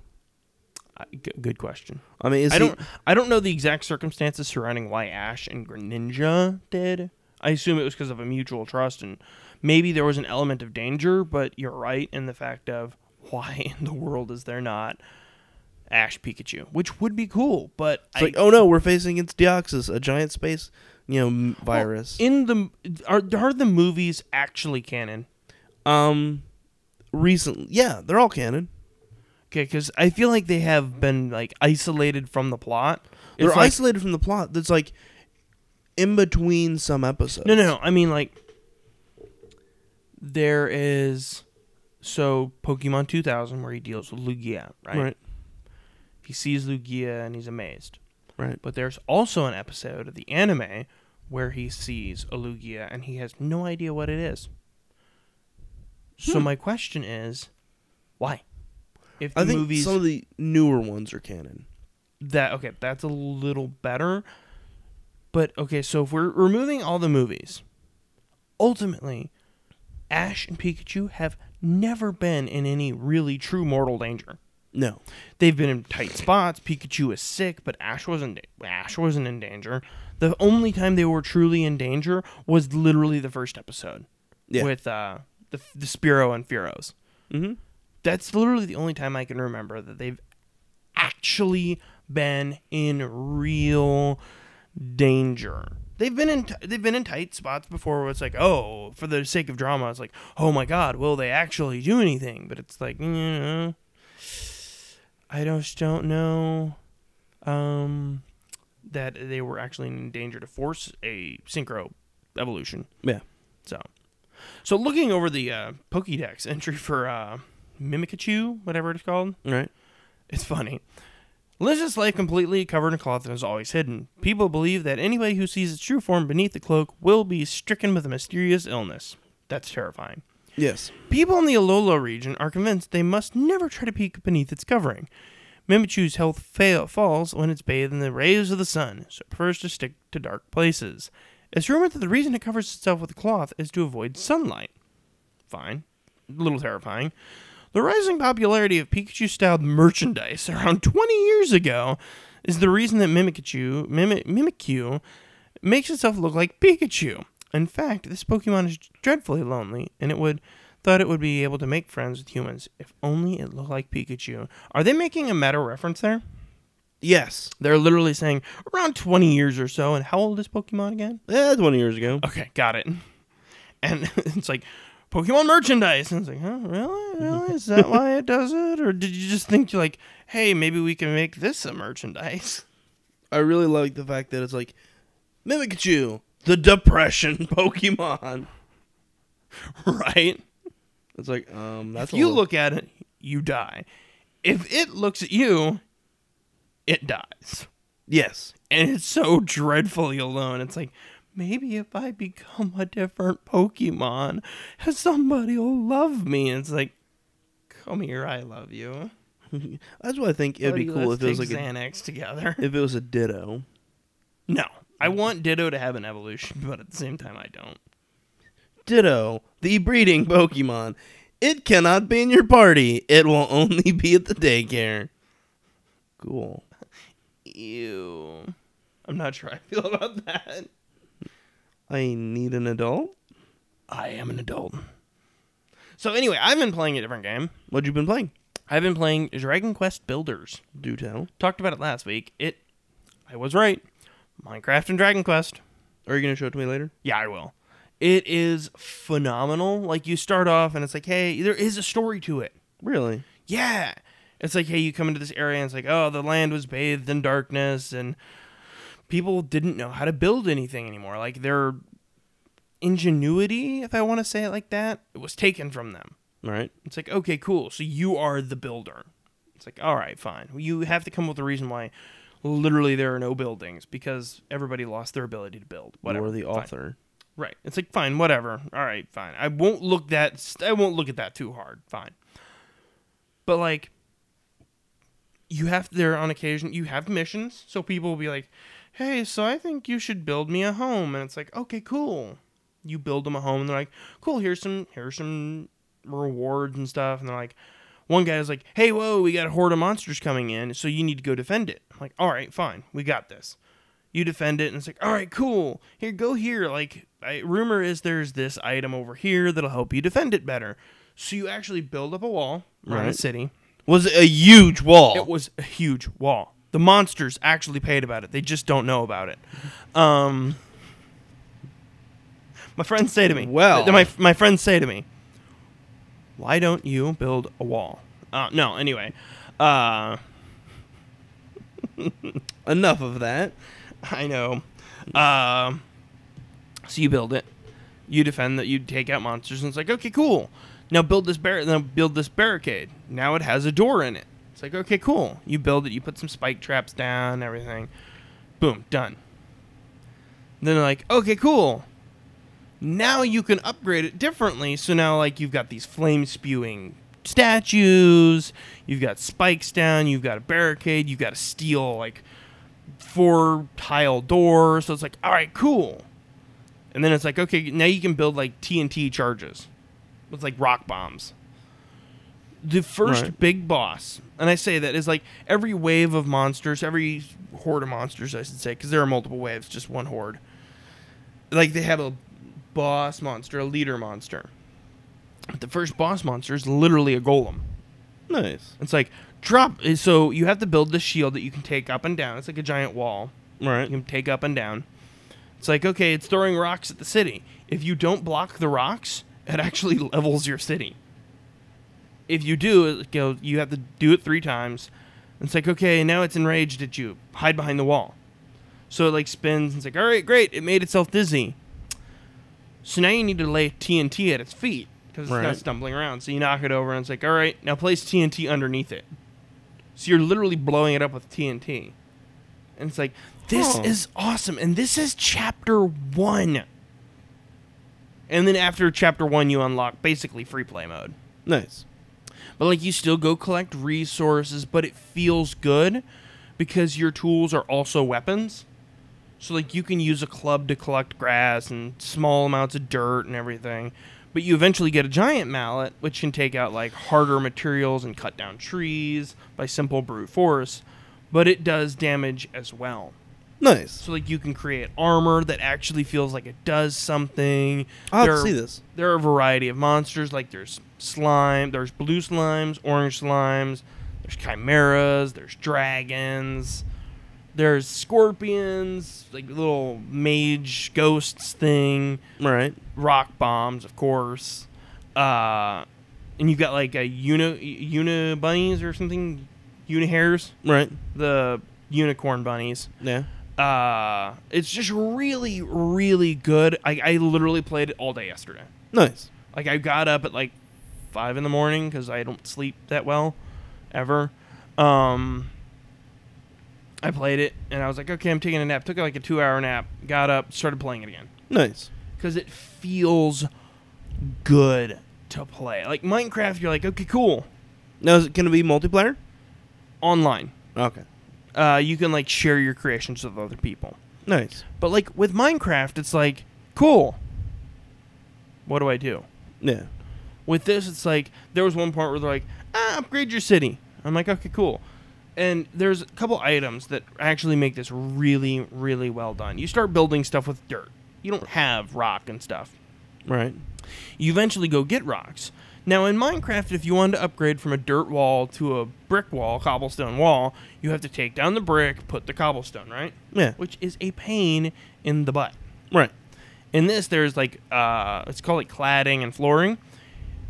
I g good question.
I mean, is
I
he-
don't. I don't know the exact circumstances surrounding why Ash and Greninja did. I assume it was because of a mutual trust, and maybe there was an element of danger. But you're right in the fact of why in the world is there not Ash Pikachu, which would be cool. But
It's
I,
like, oh no, we're facing against Deoxys, a giant space, you know, m- virus.
in the are are the movies actually canon?
um, recently, yeah, they're all canon.
Okay, because I feel like they have been like isolated from the plot. It's
They're
like-
isolated from the plot. That's like in between some episodes.
No, no, no. I mean, like, there is. So, Pokemon 2000, where he deals with Lugia, right?
Right.
He sees Lugia and he's amazed.
Right.
But there's also an episode of the anime where he sees a Lugia and he has no idea what it is. So, my question is why? If the
Hmm. I think
movies.
some of the newer ones are canon.
that okay that's a little better but okay so if we're removing all the movies ultimately ash and pikachu have never been in any really true mortal danger
No.
they've been in tight spots pikachu is sick but ash wasn't ash wasn't in danger the only time they were truly in danger was literally the first episode
Yeah.
with uh the, the spiro and Furos
Mm-hmm.
that's literally the only time I can remember that they've actually been in real danger. They've been in t- they've been in tight spots before where it's like, "Oh, for the sake of drama, it's like, "Oh my god, will they actually do anything?" But it's like, "Yeah, I just don't know um that they were actually in danger to force a synchro evolution.
Yeah.
So, so looking over the uh, Pokédex entry for uh, Mimikyu, whatever it's called,
Right.
it's funny. Lives its life completely covered in cloth and is always hidden. People believe that anybody who sees its true form beneath the cloak will be stricken with a mysterious illness. That's terrifying.
Yes.
People in the Alola region are convinced they must never try to peek beneath its covering. Mimichu's health fail- falls when it's bathed in the rays of the sun, so it prefers to stick to dark places. It's rumored that the reason it covers itself with cloth is to avoid sunlight. Fine. A little terrifying. The rising popularity of Pikachu styled merchandise around 20 years ago is the reason that Mimikyu, Mimi- Mimikyu makes itself look like Pikachu. In fact, this Pokemon is dreadfully lonely, and it would thought it would be able to make friends with humans if only it looked like Pikachu. Are they making a meta reference there?
Yes.
They're literally saying around 20 years or so, and how old is Pokemon again?
Yeah, twenty years ago.
Okay, got it. And it's like Pokemon merchandise, and it's like, huh, really, really? Is that why it does it, or did you just think you're like, hey, maybe we can make this a merchandise?
I really like the fact that it's like Mimikyu, the depression Pokemon.
right?
It's like um, that's
If
a
you
little-
look at it, you die. If it looks at you, it dies.
Yes,
And it's so dreadfully alone. It's like, maybe if I become a different Pokemon, somebody will love me. And it's like, come here, I love you.
that's what I think. It'd be
Buddy,
cool
let's
if it was
take
like a,
Xanax together.
if it was a Ditto.
No, I want Ditto to have an evolution, but at the same time, I don't.
Ditto, the breeding Pokemon. It cannot be in your party. It will only be at the daycare. Cool.
Ew. I'm not sure I feel about that.
I need an adult.
I am an adult. So anyway, I've been playing a different game.
What you been playing?
I've been playing Dragon Quest Builders.
Do tell.
Talked about it last week. It I was right. Minecraft and Dragon Quest.
Are you gonna show it to me later?
Yeah, I will. It is phenomenal. Like you start off and it's like, "Hey, there is a story to it."
Really?
Yeah. It's like, hey, you come into this area and it's like, oh, the land was bathed in darkness and people didn't know how to build anything anymore. Like their ingenuity, if I want to say it like that, it was taken from them.
All right.
It's like, okay, cool. So you are the builder. It's like, all right, fine. Well, You have to come up with a reason why literally there are no buildings because everybody lost their ability to build. Whatever.
Or the
Fine.
author.
Right. It's like fine, whatever. All right, fine. I won't look that I won't look at that too hard. Fine. But like you have there on occasion you have missions, so people will be like, "Hey, so I think you should build me a home." And it's like, "Okay, cool." You build them a home and they're like, "Cool, here's some here's some rewards and stuff." And they're like one guy is like, "Hey, whoa, we got a horde of monsters coming in, so you need to go defend it." I'm like, "All right, fine. We got this." you defend it and it's like all right cool here go here like I, rumor is there's this item over here that'll help you defend it better so you actually build up a wall around the
Right.
city
Was it a huge wall?
it was a huge wall the monsters actually paid about it they just don't know about it um my friends say to me
Well.
th- my, my friends say to me why don't you build a wall uh, no anyway uh
Enough of that.
I know. Um, so you build it, you defend that, you take out monsters, and it's like, okay, cool. Now build this bar- now build this barricade. Now it has a door in it. It's like, okay, cool. You build it, you put some spike traps down, everything. Boom, done. Then they're like, okay, cool. Now you can upgrade it differently. So now, like, you've got these flame spewing statues, you've got spikes down, you've got a barricade, you've got a steel, like, four tile door. So it's like, all right, cool. And then it's like, okay, now you can build like TNT charges with like rock bombs. The first
Right.
big boss, and I say that is like every wave of monsters, every horde of monsters, I should say, because there are multiple waves, just one horde. Like they have a boss monster, a leader monster. But the first boss monster is literally a golem.
Nice.
It's like drop. So you have to build this shield that you can take up and down. It's like a giant wall.
Right.
You can take up and down. It's like, okay, it's throwing rocks at the city. If you don't block the rocks, it actually levels your city. If you do, it go, you have to do it three times. It's like, okay, now it's enraged at you. Hide behind the wall. So it like spins and it's like, all right, great, it made itself dizzy. So now you need to lay TNT at its feet because it's
Right.
not stumbling around. So you knock it over and it's like, all right, now place TNT underneath it. So you're literally blowing it up with TNT. And it's like, this
Huh.
is awesome. And this is chapter one. And then after chapter one, you unlock basically free play mode.
Nice.
But like you still go collect resources, but it feels good because your tools are also weapons. So like you can use a club to collect grass and small amounts of dirt and everything. But you eventually get a giant mallet, which can take out like harder materials and cut down trees by simple brute force. But it does damage as well.
Nice.
So like you can create armor that actually feels like it does something.
I'll
There
have to
are-
Oh, see this.
there are a variety of monsters. Like there's slime, there's blue slimes, orange slimes, there's chimeras, there's dragons, there's scorpions, like little mage ghosts thing,
Right.
rock bombs, of course. Uh, and you've got like a uni uni bunnies or something, unihairs,
Right.
the unicorn bunnies.
Yeah.
Uh, it's just really, really good. I, I literally played it all day yesterday.
Nice.
Like I got up at like five in the morning because I don't sleep that well, ever. Um, I played it and I was like, okay, I'm taking a nap. Took like a two hour nap. Got up, started playing it again
Nice.
because it feels good to play. Like Minecraft, you're like, okay, cool,
Now is it gonna be multiplayer?
online.
Okay.
Uh, you can like share your creations with other people.
Nice.
But like with Minecraft, it's like, cool. What do I do?
Yeah.
With this, it's like there was one part where they're like, ah, upgrade your city. I'm like, okay, cool. And there's a couple items that actually make this really, really well done. You start building stuff with dirt. You don't have rock and stuff.
Right.
You eventually go get rocks. Now in Minecraft, if you wanted to upgrade from a dirt wall to a brick wall, cobblestone wall, you have to take down the brick, put the cobblestone, right?
Yeah.
Which is a pain in the butt.
Right.
In this, there's like uh, it's called like cladding and flooring.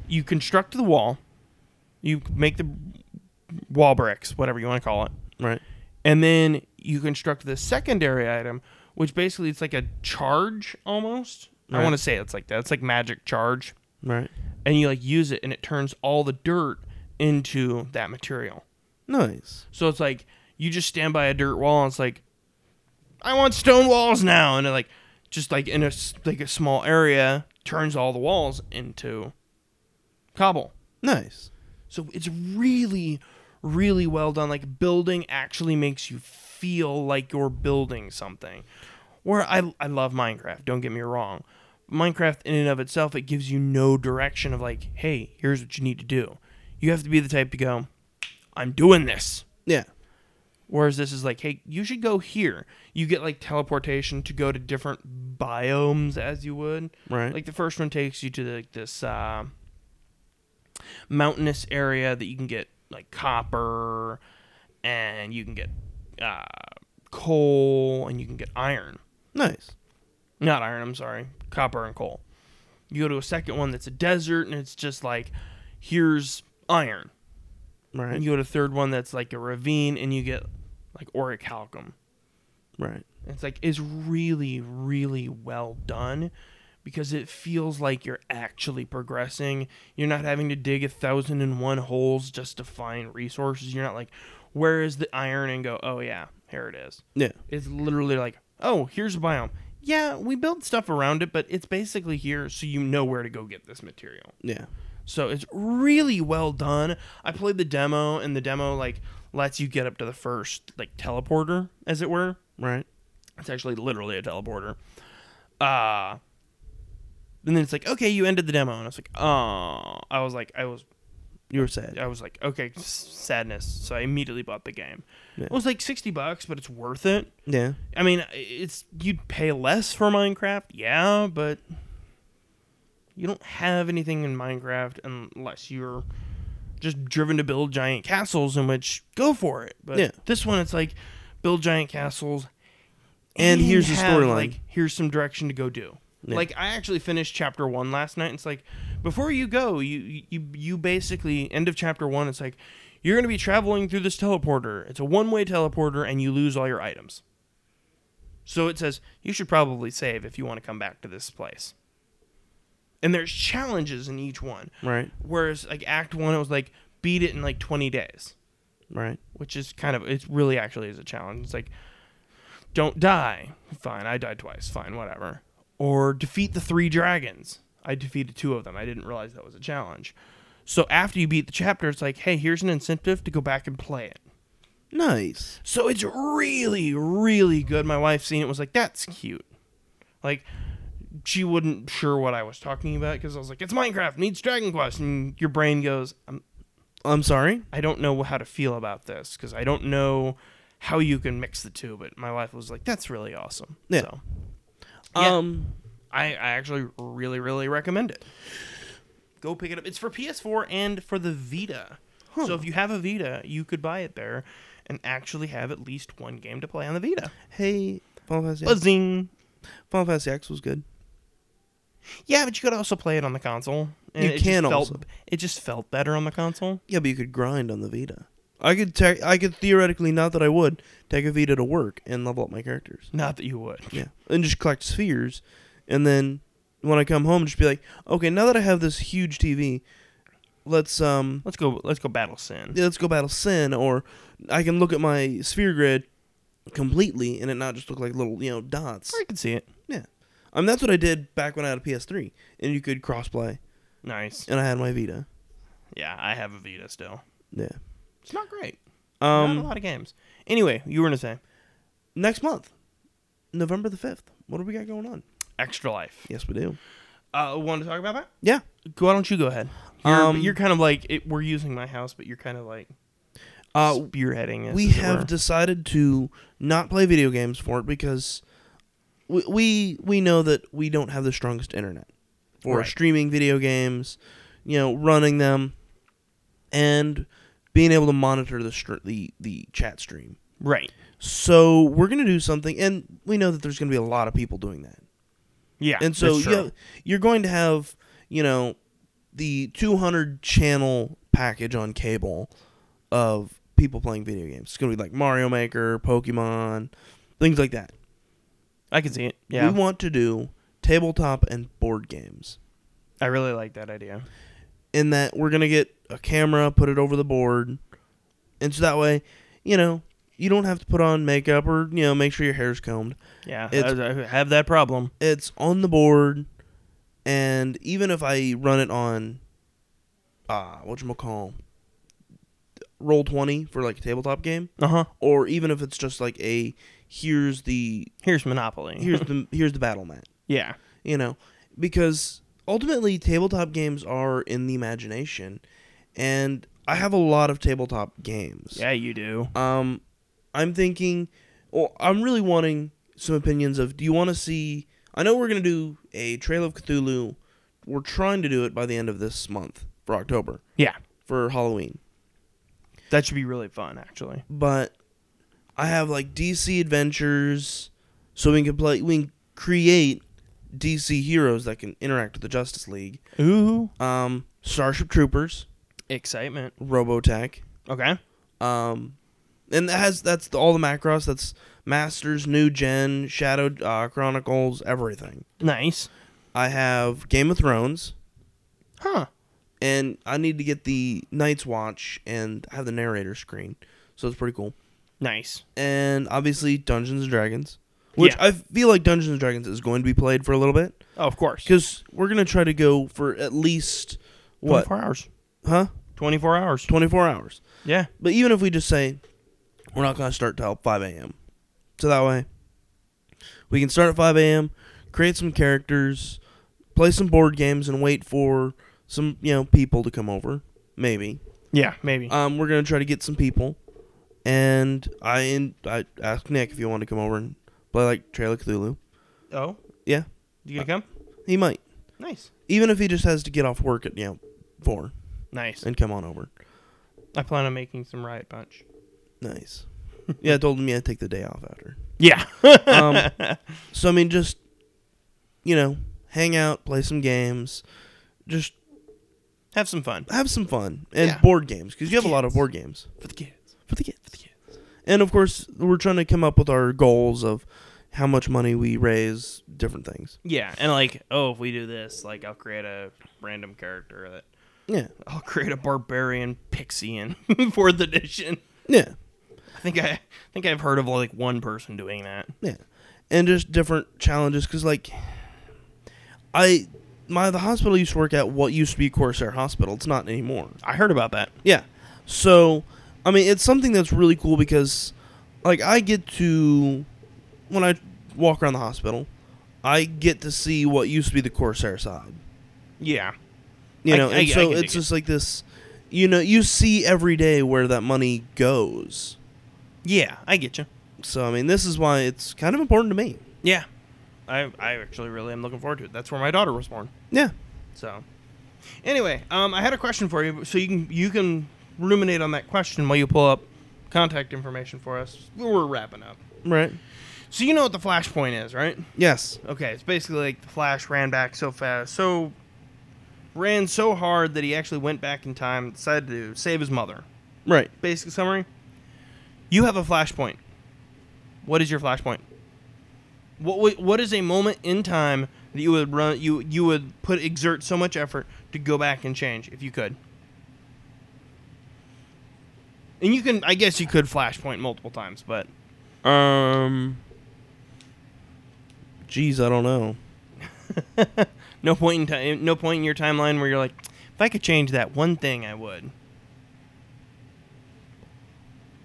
You construct the wall, you make the wall bricks, whatever you want to call it,
Right.
and then you construct the secondary item, which basically it's like a charge almost. I
Right.
want to say it's like that. It's like magic charge,
Right.
and you like use it, and it turns all the dirt into that material.
Nice.
So it's like you just stand by a dirt wall and it's like, I want stone walls now, and it like just like in a s- like a small area turns all the walls into cobble.
Nice.
So it's really, really well done. Like building actually makes you feel like you're building something. Where I I love Minecraft. Don't get me wrong. Minecraft in and of itself, it gives you no direction of like, hey, here's what you need to do. You have to be the type to go, I'm doing this.
Yeah.
Whereas this is like, hey, you should go here. You get like teleportation to go to different biomes as you would.
Right.
Like the first one takes you to like this uh, mountainous area that you can get like copper, and you can get uh, coal, and you can get iron.
nice.
Not iron, I'm sorry, copper and coal. You go to a second one that's a desert, and it's just like, here's iron.
Right.
And you go to a third one that's like a ravine, and you get like orichalcum.
right.
It's like is really really well done because it feels like you're actually progressing. You're not having to dig a thousand and one holes just to find resources. You're not like where is the iron and go, "Oh yeah, here it is."
Yeah.
It's literally like, "Oh, here's a biome." Yeah, we build stuff around it, but it's basically here so you know where to go get this material.
Yeah.
So it's really well done. I played the demo and the demo like lets you get up to the first like teleporter as it were.
Right.
It's actually literally a teleporter. Uh and then it's like, okay, you ended the demo, and I was like, oh, I was like, I was,
You were sad.
I was like, okay, s- sadness. So I immediately bought the game.
Yeah.
It was like sixty bucks, but it's worth it.
Yeah.
I mean, it's you'd pay less for Minecraft, yeah, but you don't have anything in Minecraft unless you're just driven to build giant castles. In which, go for it. But
Yeah.
this one, it's like build giant castles,
And here's the
have,
storyline.
Like, here's some direction to go do.
Yeah.
Like I actually finished chapter one last night. And it's like before you go, you you you basically end of chapter one. It's like you're gonna be traveling through this teleporter. It's a one way teleporter, and you lose all your items. So it says you should probably save if you want to come back to this place. And there's challenges in each one.
Right.
Whereas like Act One, it was like beat it in like 20 days
Right.
which is kind of it's really actually is a challenge. It's like don't die. Fine, I died twice. Fine, whatever. Or defeat the three dragons. I defeated two of them. I didn't realize that was a challenge. So after you beat the chapter, it's like, hey, here's an incentive to go back and play it.
Nice.
So it's really, really good. My wife seen it was like, that's cute. Like, she wasn't sure what I was talking about because I was like, it's Minecraft, needs Dragon Quest, and your brain goes, I'm
I'm sorry.
I don't know how to feel about this because I don't know how you can mix the two. But my wife was like, "That's really awesome."
Yeah.
So Yeah.
Um.
I, I actually really, really recommend it. Go pick it up. It's for PS4 and for the Vita. So if you have a Vita, you could buy it there and actually have at least one game to play on the Vita.
Hey, Final Fantasy.
Buzzing.
Final Fantasy X was good.
Yeah, but you could also play it on the console.
You
it just
can
felt-
also.
It just felt better on the console.
Yeah, but you could grind on the Vita. I could te- I could theoretically not that I would take a Vita to work and level up my characters.
Not that you would.
Yeah, and just collect spheres, and then when I come home, just be like, okay, now that I have this huge TV, let's um
Let's go. Let's go battle sin.
yeah, let's go battle sin, or I can look at my sphere grid completely and it not just look like little you know dots.
I can see it.
Yeah, I mean that's what I did back when I had a PS3, and you could crossplay,
Nice.
and I had my Vita.
Yeah, I have a Vita still.
Yeah.
It's not great.
Um,
not a lot of games. Anyway, you were gonna say
next month, November the fifth. What do we got going on?
Extra Life.
Yes, we do.
Uh, want to talk about that?
Yeah.
Why don't you go ahead? You're,
Um,
you're kind of like it, we're using my house, but you're kind of like
Uh,
spearheading it.
we
as it were.
have decided to not play video games for it because we we, we know that we don't have the strongest internet for
Right.
streaming video games, you know, running them, and being able to monitor the str- the the chat stream.
right.
So we're gonna do something, and we know that there's gonna be a lot of people doing that.
Yeah,
and so
that's
you
true.
have- you're going to have you know the 200 channel package on cable of people playing video games it's going to be like mario maker pokemon things like that
I can see it. Yeah,
we want to do tabletop and board games
I really like that idea.
in that we're going to get a camera put it over the board and so that way you know you don't have to put on makeup or you know make sure your hair's combed
Yeah,
It's-
I I have that problem.
it's on the board, and even if I run it on, uh, whatchamacall, roll 20 for like a tabletop game,
Uh huh.
or even if it's just like a here's the
Here's Monopoly.
here's the here's the battle mat,
yeah,
you know, because ultimately tabletop games are in the imagination, and I have a lot of tabletop games.
yeah, you do.
Um, I'm thinking, well, I'm really wanting some opinions of. Do you want to see? I know we're gonna do a Trail of Cthulhu. We're trying to do it by the end of this month for October
Yeah,
for Halloween,
that should be really fun, actually.
but I have like DC Adventures, so we can play. We can create DC heroes that can interact with the Justice League.
Ooh,
Um, Starship Troopers,
excitement.
Robotech.
Okay.
Um, and that has that's the, all the Macross. That's Masters, New Gen, Shadow uh, Chronicles, everything.
Nice.
I have Game of Thrones,
Huh.
and I need to get the Night's Watch and have the narrator screen, so it's pretty cool.
Nice.
And obviously Dungeons and Dragons, which
Yeah.
I feel like Dungeons and Dragons is going to be played for a little bit
Oh, of course.
because we're gonna try to go for at least what,
24 hours.
huh,
24 hours.
twenty four hours.
Yeah.
But even if we just say we're not going to start till 5 a.m., so that way we can start at 5 a.m., create some characters, play some board games, and wait for some you know people to come over. Maybe
Yeah, Uh, maybe.
um, we're going to try to get some people, and I and I asked Nick if you want to come over and play like Trail of Cthulhu.
oh,
Yeah,
you gonna come?
he might.
Nice.
Even if he just has to get off work at you know four
Nice.
and come on over.
I plan on making some riot punch.
Nice. yeah, I told him yeah take the day off after.
Yeah.
um, so I mean, just you know, hang out, play some games, just
Have some fun
have some fun, and
Yeah.
board games because you have a lot of board games
for the kids.
for the kids. And of course, we're trying to come up with our goals of how much money we raise, different things.
Yeah, and like, oh, if we do this, like, I'll create a random character that
Yeah,
I'll create a barbarian pixie in fourth edition.
yeah,
I think I, I think I've heard of like one person doing that.
yeah, and just different challenges because like I. My the hospital I used to work at what used to be Corsair Hospital. It's not anymore.
I heard about that.
Yeah. So, I mean, it's something that's really cool because, like, I get to, when I walk around the hospital, I get to see what used to be the Corsair side.
Yeah.
You
I-
know,
I- I
and so
can dig
it's just like this, you know, you see every day where that money goes.
Yeah, I get you.
So, I mean, this is why it's kind of important to me.
Yeah. I I actually really am looking forward to it. That's where my daughter was born.
Yeah.
So, anyway, um, I had a question for you, so you can you can ruminate on that question while you pull up contact information for us. We're wrapping up.
Right.
So you know what the flashpoint is, right?
Yes.
Okay, it's basically like the Flash ran back so fast, so ran so hard that he actually went back in time, decided to save his mother.
Right.
Basic summary. You have a flashpoint. What is your flashpoint? What wa- what is a moment in time that you would run you you would put exert so much effort to go back and change if you could? And you can I guess you could flashpoint multiple times, but
Um. Geez, I don't know.
no point in time no point in your timeline where you're like if I could change that one thing I would.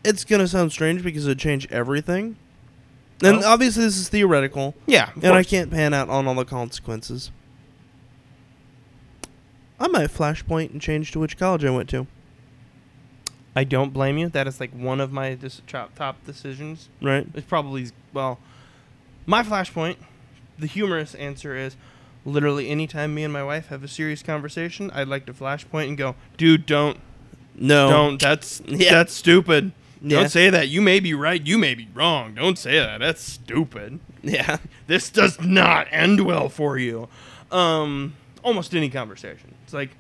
It's gonna sound strange because it'd change everything. And
Oh.
obviously, this is theoretical,
Yeah.
and I can't pan out on all the consequences. I might flashpoint and change to which college I went to.
I don't blame you. That is like one of my dis- top top decisions
Right.
It's probably well, my flashpoint. The humorous answer is literally anytime me and my wife have a serious conversation, I'd like to flashpoint and go, "Dude, don't,
No.
don't. That's
Yeah.
that's stupid.
Yeah.
Don't say that. You may be right. You may be wrong. Don't say that. That's stupid.
Yeah.
This does not end well for you." Um, almost any conversation. It's like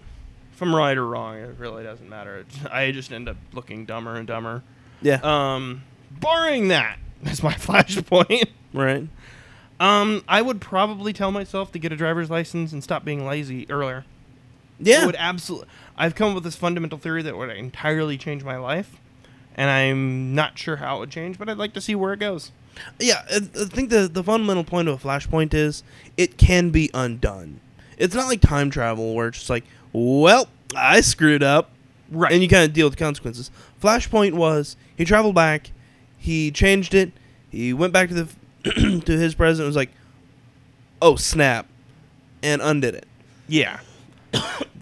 if I'm right or wrong, it really doesn't matter. It's, I just end up looking dumber and dumber.
Yeah.
Um, barring that, that's my flashpoint.
right.
Um, I would probably tell myself to get a driver's license and stop being lazy earlier.
Yeah.
It would absolutely. I've come up with this fundamental theory that would entirely change my life, and I'm not sure how it would change, but I'd like to see where it goes.
Yeah, I I think the the fundamental point of a flashpoint is it can be undone. It's not like time travel where it's just like, well, I screwed up,
Right.
and you kind of deal with the consequences. Flashpoint was he traveled back, he changed it, he went back to the f- to his present, and was like, oh snap, and undid it.
yeah.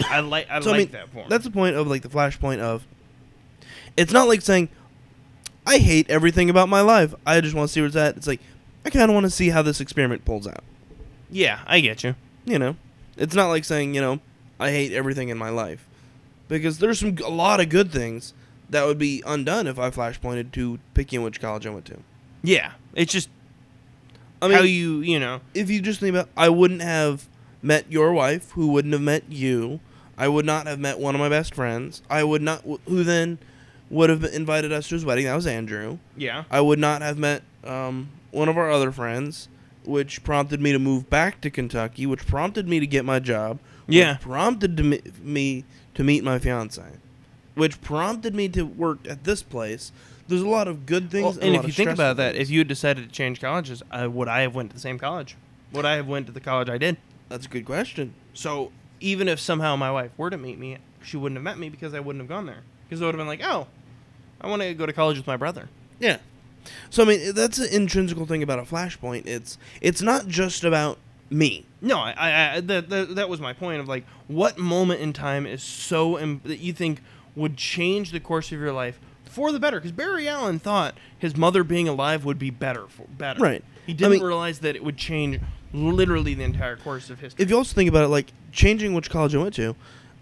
I like. I
So,
like
I mean,
that form.
That's the point of like the flashpoint of. It's not like saying, I hate everything about my life. I just want to see where it's at. It's like I kind of want to see how this experiment pulls out.
yeah. I get you.
you know, it's not like saying, you know, I hate everything in my life. Because there's some a lot of good things that would be undone if I flashpointed to picking which college I went to.
Yeah. It's just
I mean,
how you you know.
if you just think about I wouldn't have met your wife, who wouldn't have met you. I would not have met one of my best friends. I would not who then would have invited us to his wedding. That was Andrew.
Yeah.
I would not have met um, one of our other friends, which prompted me to move back to Kentucky, which prompted me to get my job, which
Yeah.
prompted to me, me to meet my fiance, which prompted me to work at this place. There's a lot of good things.
Well,
and, a
and
lot
if you
of
think
stressful
about that,
things.
if you had decided to change colleges, uh, would I have went to the same college? Would I have went to the college I did?
that's a good question.
So even if somehow my wife were to meet me, she wouldn't have met me because I wouldn't have gone there. Because I would have been like, oh, I want to go to college with my brother.
Yeah. So I mean, that's an intrinsical thing about a flashpoint. It's it's not just about me.
No, I, I, I that, that that was my point of like, what moment in time is so Im- that you think would change the course of your life for the better? Because Barry Allen thought his mother being alive would be better for better.
Right.
He
I
didn't
mean-
realize that it would change literally the entire course of history.
if you also think about it, like changing which college I went to,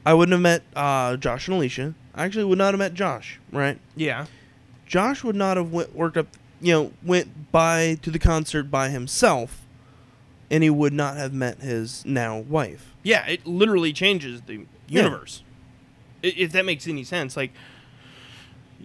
I wouldn't have met uh, Josh and Alicia. I actually would not have met Josh, right?
yeah.
Josh would not have went, worked up, you know, went by to the concert by himself, and he would not have met his now wife.
Yeah, it literally changes the
Yeah.
universe. I If that makes any sense, like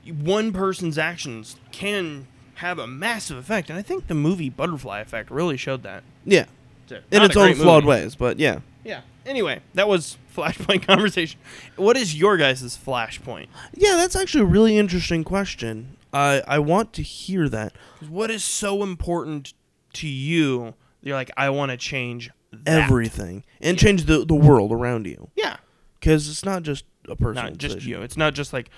one person's actions can have a massive effect, and I think the movie Butterfly Effect really showed that.
Yeah, in
Not
its
a
own
great
flawed
movie.
ways, but yeah.
Yeah. Anyway, that was Flashpoint conversation. What is your guys' Flashpoint?
Yeah, that's actually a really interesting question. I I want to hear that
'Cause What is so important to you? that You're like, I want to change that.
everything and change the the world around you
Yeah.
because it's not just a personal
not just
decision.
you. It's not just like,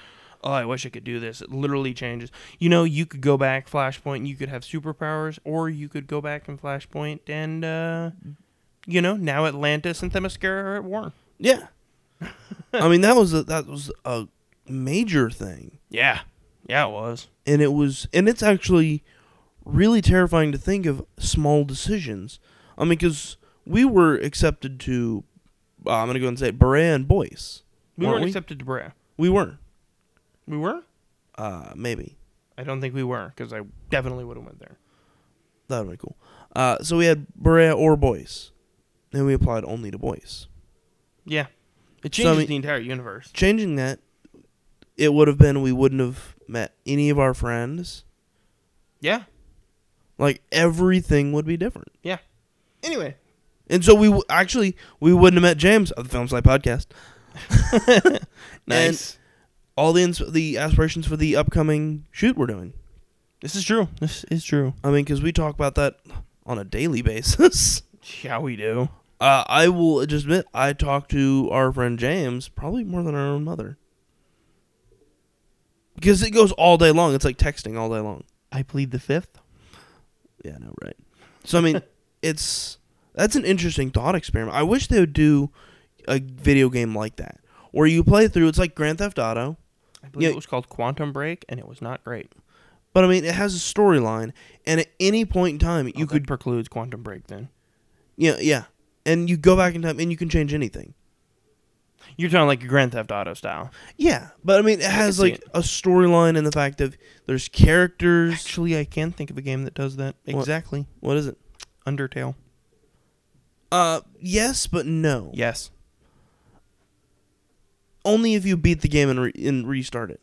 oh, I wish I could do this. It literally changes. You know, you could go back Flashpoint. You could have superpowers, or you could go back in Flashpoint and, uh, you know, now Atlantis and Themyscira are at war.
Yeah. I mean that was a, that was a major thing,
Yeah, yeah, it was.
and it was and it's actually really terrifying to think of small decisions. I mean, because we were accepted to, uh, I'm gonna go and say it, Berea and Boyce.
We
Weren't
weren't
we?
accepted to Brea.
We were,
We were.
uh, maybe
I don't think we were because I definitely would have went there.
that would be cool. Uh, so we had Berea or Boyce, and we applied only to Boyce.
Yeah, it
So, I
changes
mean-
the entire universe.
Changing that, it would have been we wouldn't have met any of our friends.
Yeah.
Like everything would be different.
Yeah. Anyway,
And so we w- actually we wouldn't have met James of the Film Slide podcast.
nice.
All the ins- the aspirations for the upcoming shoot we're doing.
this is true. This is true.
I mean, because we talk about that on a daily basis.
Yeah, we do.
Uh, I will just admit, I talk to our friend James probably more than our own mother. Because it goes all day long. It's like texting all day long.
I plead the fifth.
Yeah, no, right. So, I mean, it's that's an interesting thought experiment. I wish they would do a video game like that. Where you play through, it's like Grand Theft Auto,
I believe
Yeah.
it was called Quantum Break, and it was not great.
but I mean, it has a storyline, and at any point in time, you
You
could
could preclude Quantum Break then.
Yeah, yeah. And you go back in time and you can change anything.
You're talking like a Grand Theft Auto style.
Yeah, but I mean, it has
see
like a storyline and the fact of there's characters.
Actually, I can think of a game that does that
What?
exactly.
What is it?
Undertale.
Uh, yes, but no.
Yes.
Only if you beat the game and re- and restart it.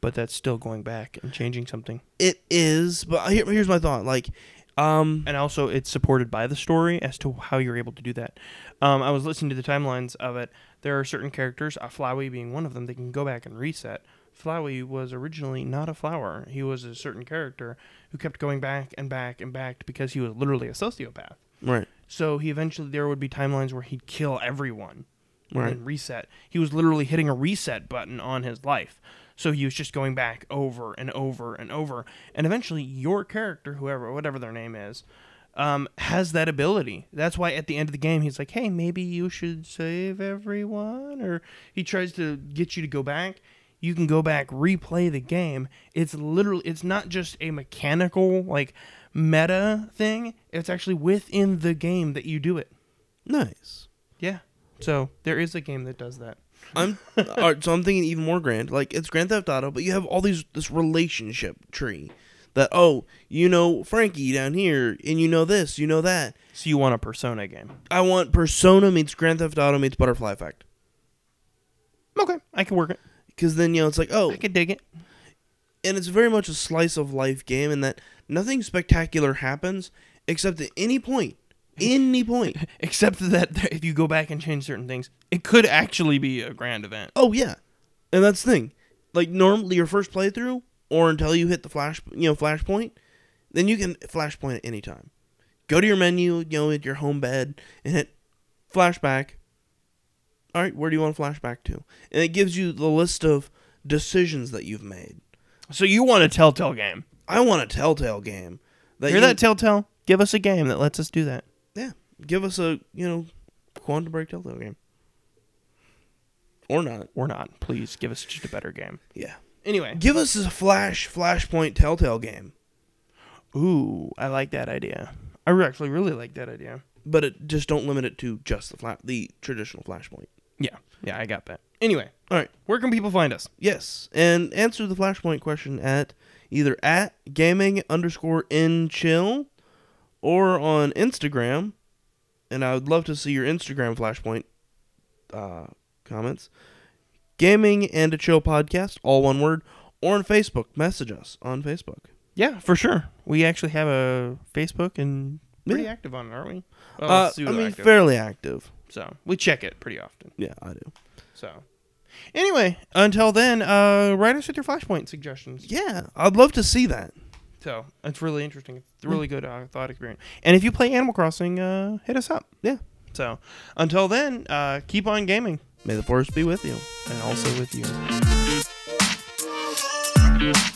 But that's still going back and changing something.
It is, but here, here's my thought. Like, um,
and also it's supported by the story as to how you're able to do that. Um, I was listening to the timelines of it. There are certain characters, uh, Flowey being one of them, they can go back and reset. Flowey was originally not a flower. He was a certain character who kept going back and back and back because he was literally a sociopath.
right,
So he eventually there would be timelines where he'd kill everyone
right,
and reset. He was literally hitting a reset button on his life. So he was just going back over and over and over. And eventually, your character, whoever, whatever their name is, um, has that ability. That's why at the end of the game, he's like, hey, maybe you should save everyone. Or he tries to get you to go back. You can go back, replay the game. It's literally, it's not just a mechanical, like, meta thing. It's actually within the game that you do it.
nice.
Yeah. So there is a game that does that.
I'm all right, so I'm thinking even more grand. Like it's Grand Theft Auto, but you have all these this relationship tree that oh you know Frankie down here and you know this you know that
So you want a Persona game?
I want Persona meets Grand Theft Auto meets Butterfly Effect.
Okay, I can work it.
Because then, you know, it's like, oh,
I can dig it.
and it's very much a slice of life game in that nothing spectacular happens except at any point, any point.
Except that th- if you go back and change certain things, it could actually be a grand event.
Oh, yeah. And that's the thing. Like, normally your first playthrough or until you hit the flash, you know, flashpoint, then you can flashpoint at any time. Go to your menu, you know, at your home bed and hit flashback. All right, where do you want to flashback to? And it gives you the list of decisions that you've made.
So you want a Telltale game?
I want a Telltale game. That
Hear
you,
that, Telltale? Give us a game that lets us do that.
yeah, give us a you know, Quantum Break Telltale game, or not?
Or not? Please give us just a better game.
Yeah,
Anyway,
give us a Flash Flashpoint Telltale game,
ooh, I like that idea. I re- actually really like that idea.
but it, just don't limit it to just the fla- the traditional Flashpoint.
Yeah, yeah, I got that. Anyway,
All right,
where can people find us?
yes, and answer the Flashpoint question at either at gaming underscore in chill, or on Instagram, and I would love to see your Instagram Flashpoint uh, comments. Gaming and a Chill podcast, all one word, or on Facebook. Message us on Facebook.
Yeah, for sure. We actually have a Facebook and pretty
Yeah.
active on it, aren't we?
uh, I mean,
pseudo-active.
fairly active.
so we check it pretty often.
Yeah, I do.
So, anyway, until then, uh, write us with your flashpoint suggestions.
Yeah, I'd love to see that.
So it's really interesting. It's a really good uh, thought experience. And if you play Animal Crossing, uh, hit us up.
Yeah.
So until then, uh, keep on gaming,
May the force be with you.
and also with you.
Thank you.